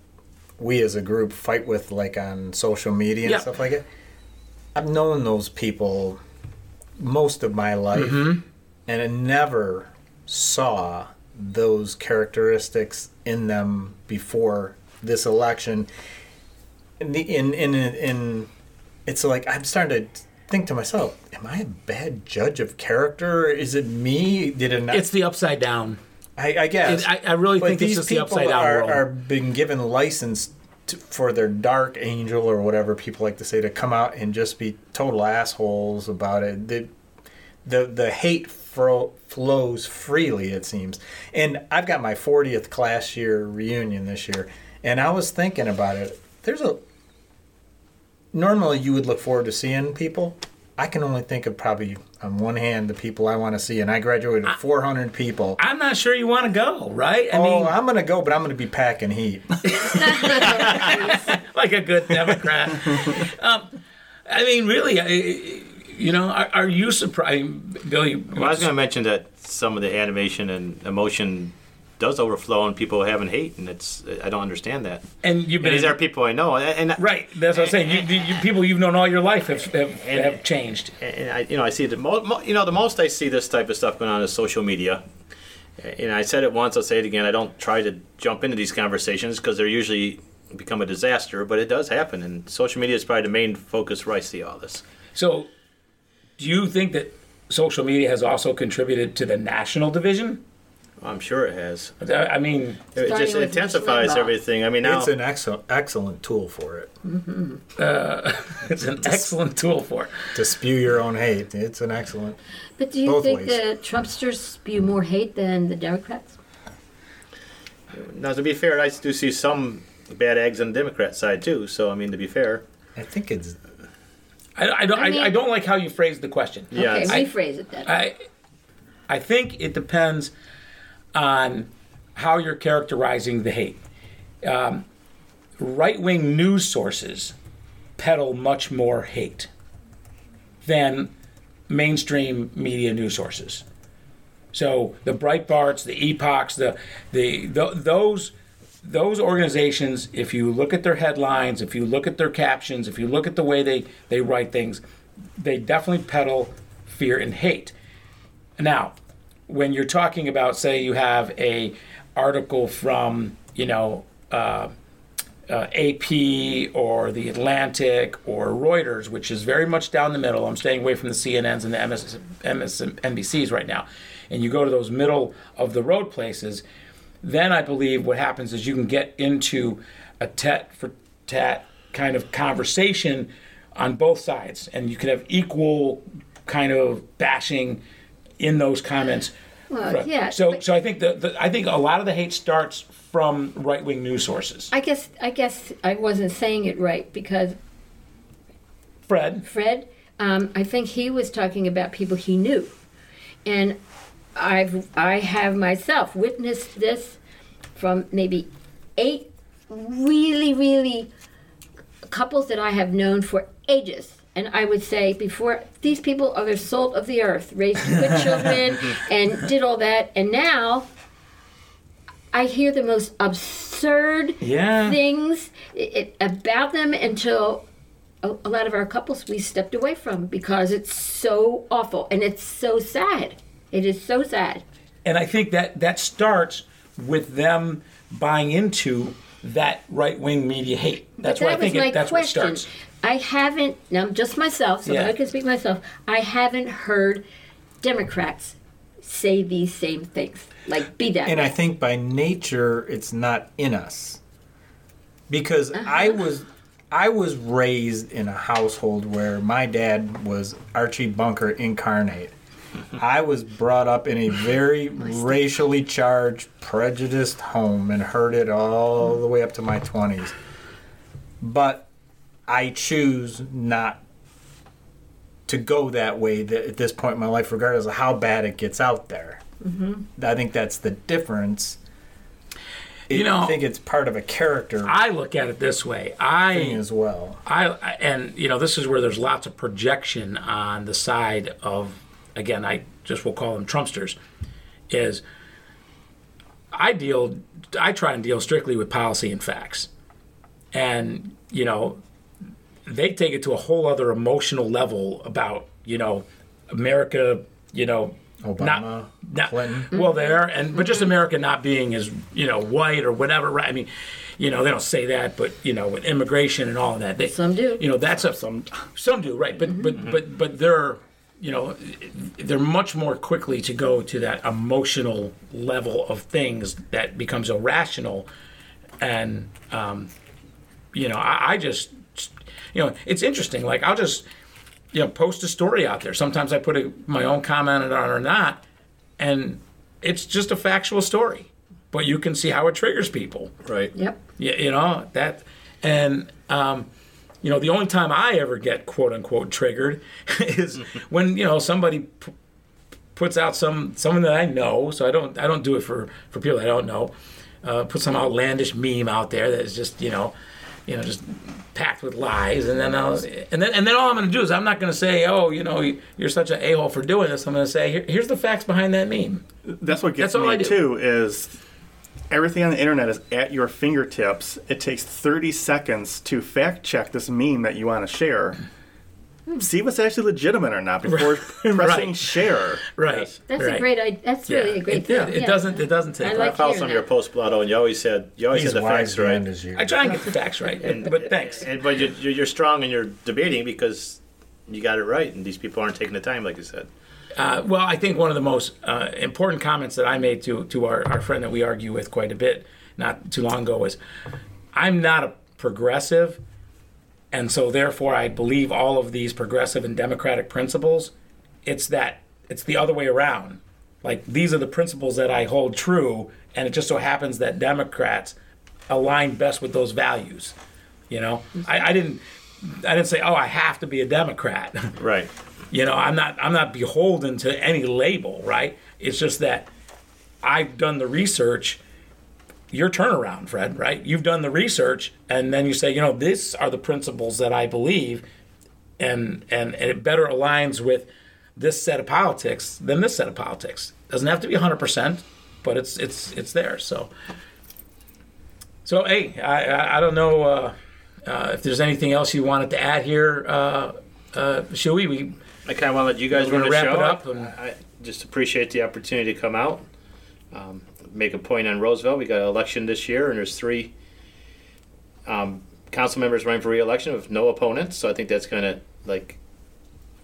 S1: we as a group fight with, like on social media and
S2: Yeah.
S1: stuff like it. I've known those people most of my life, and I never saw those characteristics in them before this election in the in in in it's like I'm starting to think to myself, am I a bad judge of character? Is it me? Did it not?
S2: It's the upside down.
S1: I, I guess.
S2: it- I- I really
S1: but
S2: think it's
S1: these
S2: just the
S1: people
S2: upside-down
S1: are,
S2: world.
S1: are being given license to, for their dark angel or whatever people like to say to come out and just be total assholes about it. The the, the hate fro- flows freely, it seems. And I've got my 40th class year reunion this year, and I was thinking about it. There's a normally you would look forward to seeing people. I can only think of probably on one hand the people I want to see, and I graduated 400 people.
S2: I'm not sure you want to go, right? I
S1: oh,
S2: mean,
S1: I'm gonna go, but I'm gonna be packing heat.
S2: like a good Democrat. um, I mean, really, I, You know, are, are you surprised, Bill? You,
S5: Well, I was going to mention that some of the animation and emotion does overflow, and people having hate, and it's I don't understand that.
S2: and you've
S5: And
S2: been
S5: these are people I know, and, and
S2: right. That's what I'm saying. You, you, people you've known all your life have have, have changed.
S5: and I, you know, I see the mo- mo- you know the most I see this type of stuff going on is social media. And I said it once, I'll say it again. I don't try to jump into these conversations because they're usually become a disaster, but it does happen. And social media is probably the main focus where I see all this.
S2: So, do you think that social media has also contributed to the national division?
S5: I'm sure it has.
S2: I, I mean,
S5: It
S4: Starting
S5: just
S4: with Mitch
S5: intensifies
S4: Limbaugh.
S5: everything. I mean, now
S1: It's an excellent excellent tool for it
S2: it's an excellent tool for it.
S1: to spew your own hate. It's an excellent.
S4: But do you
S1: Both
S4: think
S1: ways.
S4: the Trumpsters spew more hate than the Democrats?
S5: Now, to be fair, I do see some bad eggs on the Democrat side too. So, I mean, to be fair,
S1: I think it's
S2: I, I don't. I,
S4: I mean-
S2: I don't like how you phrased the question.
S5: yeah, it's-
S4: okay, rephrase it then.
S2: I, I think it depends on how you're characterizing the hate. Um, right wing news sources peddle much more hate than mainstream media news sources. So the Breitbart's, the Epochs, the, the, th those those organizations, if you look at their headlines, if you look at their captions, if you look at the way they, they write things, they definitely peddle fear and hate. Now, when you're talking about, say, you have a article from, you know, uh, uh, AP or the Atlantic or Reuters, which is very much down the middle. I'm staying away from the CNNs and the MS, MS, NBCs right now. And you go to those middle of the road places, then I believe what happens is you can get into a tet for tat kind of conversation on both sides, and you can have equal kind of bashing in those comments.
S4: Well,
S2: Right.
S4: yeah,
S2: So,
S4: but-
S2: so I think the, the I think a lot of the hate starts from right wing news sources.
S4: I guess I guess I wasn't saying it right because
S2: Fred,
S4: Fred, um, I think he was talking about people he knew, and I've I have myself witnessed this from maybe eight really really couples that I have known for ages. And I would say before these people are the salt of the earth, raised good children, and did all that, and now I hear the most absurd
S2: Yeah.
S4: things i it, about them until a, a lot of our couples we stepped away from because it's so awful and it's so sad. It is so sad.
S2: and I think that that starts with them buying into that right wing media hate. That's
S4: But
S2: where
S4: that
S2: I think
S4: was my
S2: it, that's
S4: question.
S2: where it starts.
S4: I haven't. Now I'm just myself, so
S2: Yeah.
S4: I can speak myself. I haven't heard Democrats say these same things. Like be that.
S1: and I think by nature it's not in us. Because I was I was raised in a household where my dad was Archie Bunker incarnate. I was brought up in a very racially charged, prejudiced home and heard it all the way up to my 20s. But I choose not to go that way th- at this point in my life, regardless of how bad it gets out there. I think that's the difference.
S2: You know-
S1: I think it's part of a character
S2: I look at it this way.
S1: thing
S2: I
S1: as well.
S2: I I- and you know this is where there's lots of projection on the side of again I just will call them Trumpsters is I deal I try and deal strictly with policy and facts. And you know they take it to a whole other emotional level about you know America you know
S1: Obama,
S2: not, not
S1: Clinton.
S2: well there and but just America not being as you know white or whatever right I mean you know they don't say that but you know with immigration and all of that they,
S4: Some do. Mm-hmm.
S2: you know that's a some some do right but but but but they're you know they're much more quickly to go to that emotional level of things that becomes irrational and um, you know I, I just you know it's interesting like I'll just you know post a story out there sometimes I put a, my own comment on it or not and it's just a factual story but you can see how it triggers people
S5: right.
S4: yep.
S2: yeah, you know that, and um, you know the only time I ever get quote unquote triggered is when you know somebody p- puts out some someone that I know. So I don't I don't do it for for people I don't know. Uh, put some outlandish meme out there that is just you know, you know, just packed with lies. And then I'll, and then and then all I'm going to do is I'm not going to say, oh, you know, you're such an a hole for doing this. I'm going to say, Here, here's the facts behind that meme.
S3: That's what gets
S2: That's all I
S3: me
S2: do.
S3: too. Is everything on the internet is at your fingertips. It takes 30 seconds to fact check this meme that you want to share. See if it's actually legitimate or not before pressing
S2: Right.
S3: share.
S2: Right.
S4: That's
S2: right.
S4: a great idea. That's
S2: Yeah.
S4: really a great
S2: it, yeah,
S4: thing.
S2: it
S4: yeah.
S2: doesn't. It doesn't take.
S4: I
S2: long.
S5: I
S4: like
S5: follow
S4: hearing
S5: some of your
S4: that.
S5: posts, Blotto, and you always had you always
S1: He's
S5: had the
S1: wise
S5: facts
S1: beyond
S5: right.
S1: his years.
S2: I try and get the facts right, and- but thanks.
S5: And but you, you- you're strong and you're debating because you got it right, and these people aren't taking the time, like you said.
S2: Uh, well, I think one of the most uh, important comments that I made to to our, our friend that we argue with quite a bit not too long ago was, I'm not a progressive, and so therefore I believe all of these progressive and democratic principles. It's that it's the other way around. Like these are the principles that I hold true, and it just so happens that Democrats align best with those values. You know, I, I didn't. I didn't say, "Oh, I have to be a Democrat."
S5: Right.
S2: You know, I'm not I'm not beholden to any label, right? It's just that I've done the research. Your turnaround, Fred, right? You've done the research, and then you say, you know, these are the principles that I believe, and and, and it better aligns with this set of politics than this set of politics. Doesn't have to be 100, percent but it's it's it's there. So, so hey, I I, I don't know uh, uh, if there's anything else you wanted to add here, uh, uh, Shuey. We
S5: I kind of want to let you guys
S2: We're
S5: run
S2: gonna
S5: the
S2: wrap
S5: show
S2: it up and-
S5: I I just appreciate the opportunity to come out, um, make a point on Roosevelt. We got an election this year, and there's three um, council members running for reelection with no opponents. So I think that's kind of like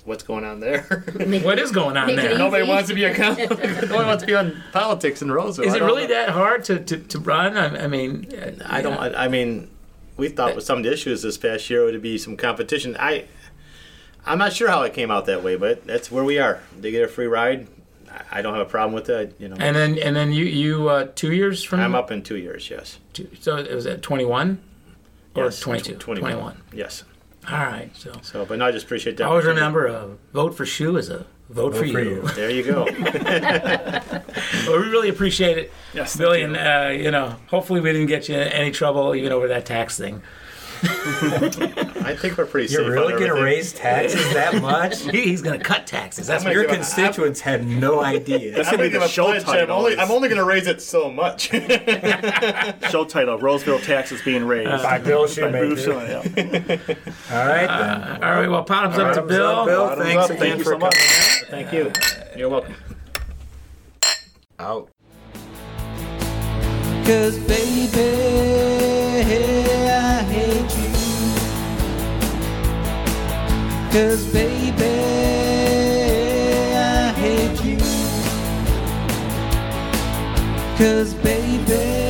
S5: what's going on there.
S2: What is going on
S4: Make it
S2: there?
S4: easy.
S5: Nobody wants to be a council. Nobody wants to be on politics in Roosevelt.
S2: Is
S5: I
S2: it
S5: don't
S2: really
S5: know.
S2: that hard to, to, to run? I, I mean,
S5: I don't. I, I mean, we thought with some of the issues this past year would be some competition. I, I'm not sure how it came out that way, but that's where we are. They get a free ride. I- I don't have a problem with that. You know,
S2: And then and then you you uh, two years from
S5: I'm up in two years. Yes.
S2: two- so it was at 21 or
S5: Yes, tw-
S2: 22.
S5: 21. Yes.
S2: All right. So
S5: So, but no, I just appreciate that.
S2: I always remember a vote for shoe is a vote, for,
S1: for
S2: you.
S5: There you go.
S2: But we really appreciate it,
S3: Yes, thank
S2: Billy.
S3: you.
S2: And uh, you know, hopefully we didn't get you in any trouble even over that tax thing.
S5: I think we're pretty
S1: You're
S5: safe.
S1: really
S5: on
S1: going to
S5: everything.
S1: raise taxes that much?
S2: He, he's going to cut taxes. That's what
S5: I'm gonna
S1: Your
S5: give a-
S1: constituents had no idea.
S3: That's gonna be the
S5: gonna
S3: show
S5: pledge that I'm
S3: title.
S5: only,
S3: is-
S5: I'm only going to raise it so much.
S3: show title. Roseville tax is being raised.
S2: Uh,
S1: By Bill
S3: By
S1: Shoemaker.
S3: Bruce Schilling, yeah.
S1: All right,
S2: All right. Well, bottoms
S1: then.
S2: up to
S1: Bottoms up, Bill.
S3: Bottoms
S1: Thanks
S3: up. Thank
S1: again
S3: you
S1: for
S3: so
S1: coming
S3: much.
S5: Thank you. You're welcome.
S1: out.
S6: Cause baby, I hate you. Cause baby, I hate you. Cause baby.